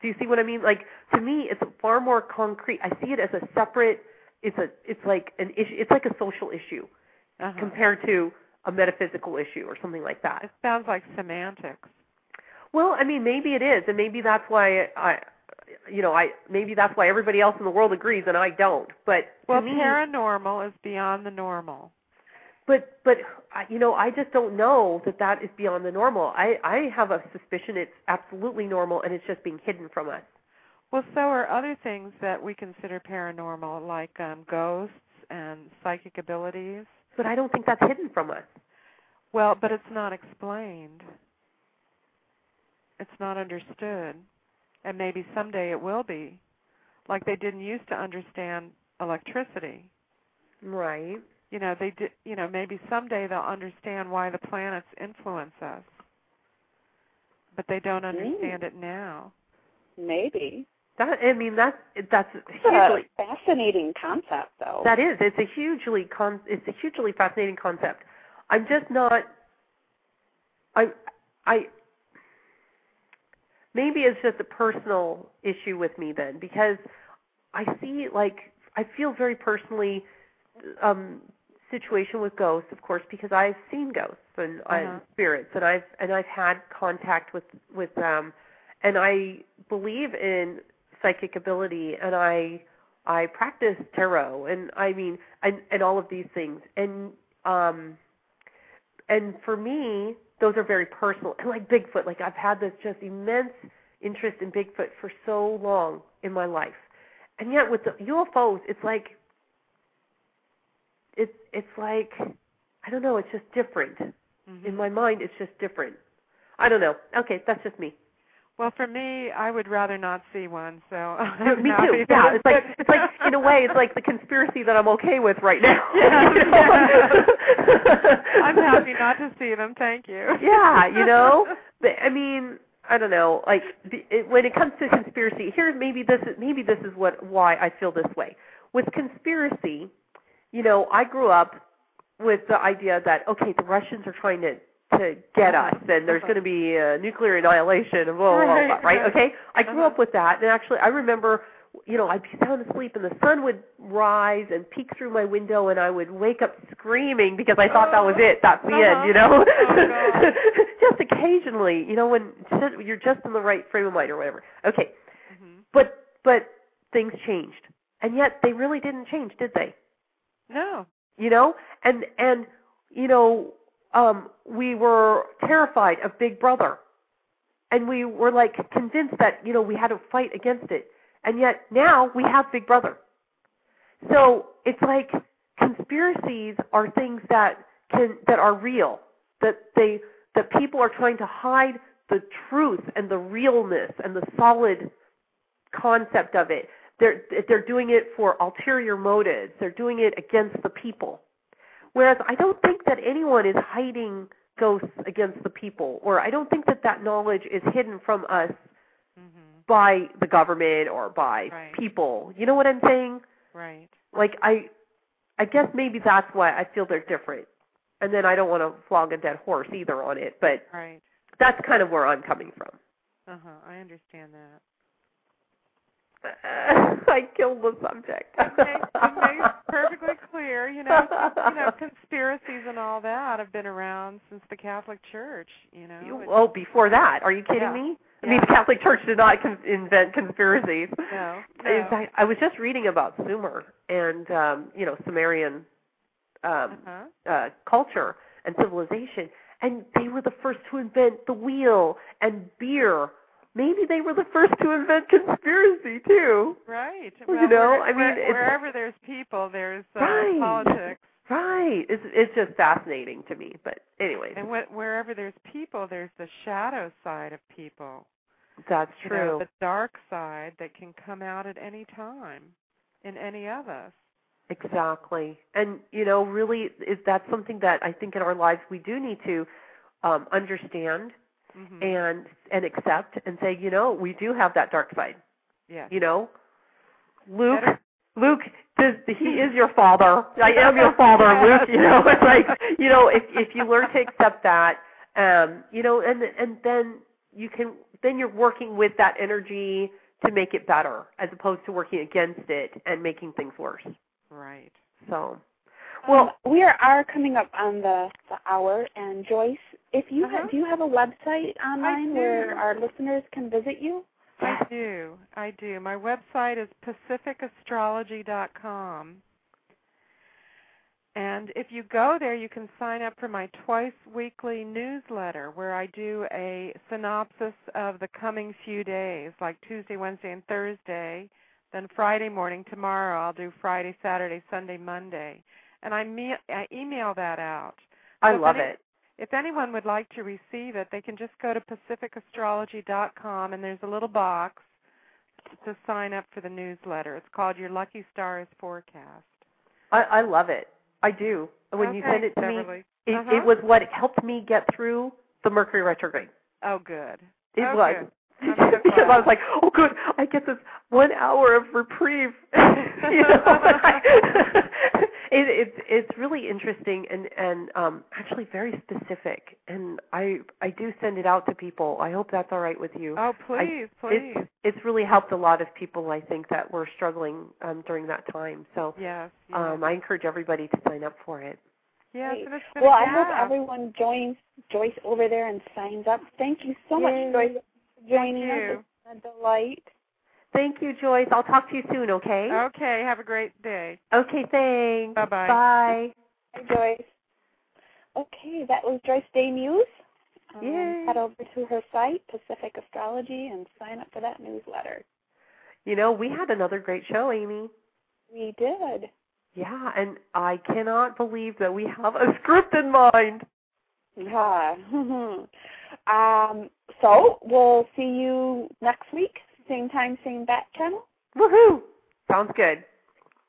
Do you see what I mean? Like to me, it's far more concrete. I see it as a separate. It's a it's like an issue. It's like a social issue Uh-huh. compared to a metaphysical issue or something like that. It sounds like semantics. Well, I mean, maybe it is, and maybe that's why I, you know, I maybe that's why everybody else in the world agrees and I don't. But Well, to me, paranormal is beyond the normal. but but I- you know, I just don't know that that is beyond the normal. I I have a suspicion it's absolutely normal and it's just being hidden from us. Well, so are other things that we consider paranormal, like um, ghosts and psychic abilities. But I don't think that's hidden from us. Well, but it's not explained. It's not understood, and maybe someday it will be, like they didn't used to understand electricity. Right. You know, they did. You know, maybe someday they'll understand why the planets influence us, but they don't understand it now. *laughs* Maybe. That I mean that's that's That's hugely a fascinating concept, though. That is. It's a hugely con- it's a hugely fascinating concept. I'm just not. I I maybe it's just a personal issue with me then because I see like I feel very personally um situation with ghosts of course because I've seen ghosts and, Uh-huh. and spirits and I've and I've had contact with with them and I believe in psychic ability and I I practice tarot and I mean and and all of these things and um and for me those are very personal and like Bigfoot like I've had this just immense interest in Bigfoot for so long in my life and yet with the UFOs it's like it's it's like I don't know it's just different Mm-hmm. in my mind it's just different I don't know okay that's just *laughs* me Well, for me, I would rather not see one. So *laughs* Yeah, I'm *laughs* me happy too. that Yeah, it's *laughs* like it's like in a way, it's like the conspiracy that I'm okay with right *laughs* now. *laughs* I'm happy not to see them. Thank you. *laughs* yeah, you *laughs* know. But I mean, I don't know. Like the- it, when it comes to conspiracy, here maybe this is maybe this is what why I feel this way. With conspiracy, you know, I grew up with the idea that okay, the Russians are trying to to get us, and there's going to be uh, nuclear annihilation and blah blah blah, Uh-huh. Right, Uh-huh. blah, right? right. Okay, I grew up with that, and actually, I remember you know, I'd be sound asleep and the sun would rise and peek through my window and I would wake up screaming because I thought that was Oh. it, that's the end, you *laughs* know. just occasionally, you know, when you're just in the right frame of mind or whatever. Okay. Mm-hmm. But but things changed. And yet they really didn't change, did they? No. You know? And and you know, um we were terrified of Big Brother. And we were like convinced that, you know, we had to fight against it. And yet now we have Big Brother. So it's like conspiracies are things that can that are real. That they that people are trying to hide the truth and the realness and the solid concept of it. They're they're doing it for ulterior motives. They're doing it against the people. Whereas I don't think that anyone is hiding ghosts against the people, or I don't think that that knowledge is hidden from us Mm-hmm. by the government or by Right. people. You know what I'm saying? Right. Like I, I guess maybe that's why I feel they're different. And then I don't want to flog a dead horse either on it, but Right. that's kind of where I'm coming from. *laughs* Uh huh. I understand that. I killed the subject. Okay. You *laughs* made it perfectly clear. You know, you know, conspiracies and all that have been around since the Catholic Church. You know. It's- Oh, before that, are you kidding Yeah. me? I mean, the Catholic Church did not con- invent conspiracies. No. In fact, I was just reading about Sumer and um, you know Sumerian um, Uh-huh. uh, culture and civilization, and they were the first to invent the wheel and beer. Maybe they were the first to invent conspiracy too. Right. Well, Well, you know, where- I mean, where- it's- wherever there's people, there's uh, Right. politics, Right. It's it's just fascinating to me. But anyway, and wh- wherever there's people, there's the shadow side of people. that's you true. know, the dark side that can come out at any time in any of us. Exactly. And you know, really is that something that I think in our lives we do need to um understand Mm-hmm. and and accept and say, you know, we do have that dark side. yeah. You know? Luke Luke does he is your father. I am your father, Yes. Luke, you know, it's like you know, if if you learn to accept that, um, you know, and and then you can then you're working with that energy to make it better as opposed to working against it and making things worse. Right. So Um, Well, we are, are coming up on the, the hour, and Joyce, if you ha- do you have a website online where Uh-huh. do. our listeners can visit you? I do. I do. My website is pacificastrology.com. And if you go there, you can sign up for my twice weekly newsletter where I do a synopsis of the coming few days, like Tuesday, Wednesday, and Thursday. Then Friday morning, tomorrow, I'll do Friday, Saturday, Sunday, Monday. And I, me- I email that out. I So if love any- it. If anyone would like to receive it, they can just go to pacificastrology.com and there's a little box to sign up for the newsletter. It's called Your Lucky Stars Forecast. I, I love it. I do. When you Okay, send it to me, Beverly. it, Uh-huh. it was what helped me get through the Mercury retrograde. Oh, good. It Oh, was. *laughs* good. because I was like, oh, good, I get this one hour of *laughs* reprieve. *laughs* you know, but I- *laughs* it, it's it's really interesting and and um, actually very specific. And I I do send it out to people. I hope that's all right with you. Oh, I- please, please. It's, it's really helped a lot of people, I think, that were struggling um, during that time. So yes. yes. um, I encourage everybody to sign up for it. yes, Great. and it's been a Well, I hope gap. everyone joins Joyce over there and signs up. Thank you so Yay. much, Joyce, for joining you. us. It's been a delight. Thank you, Joyce. I'll talk to you soon, okay? Okay, have a great day. Okay, thanks. Oh. Bye-bye. Bye. Hi, Joyce. Okay, that was Joyce Day Muse. Um, Yay. Head over to her site, Pacific Astrology, and sign up for that newsletter. You know, we had another great show, Amy. We did. Yeah, and I cannot believe that we have a script in mind. Yeah. *laughs* um, so we'll see you next week, same time, same bat channel. Woohoo! Sounds good.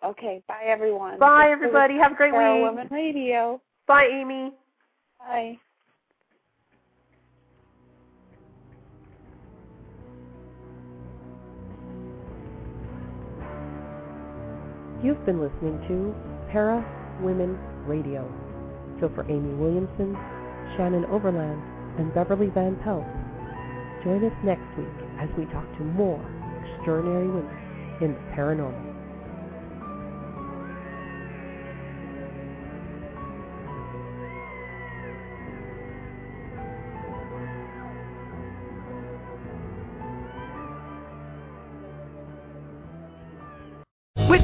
Okay, bye everyone. Bye, This is everybody. Have a great Sarah week. Woman Radio. Bye, Amy. Bye. You've been listening to Para Women Radio. So for Amy Williamson, Shannon Overland, and Beverly Van Pelt, join us next week as we talk to more extraordinary women in the paranormal. With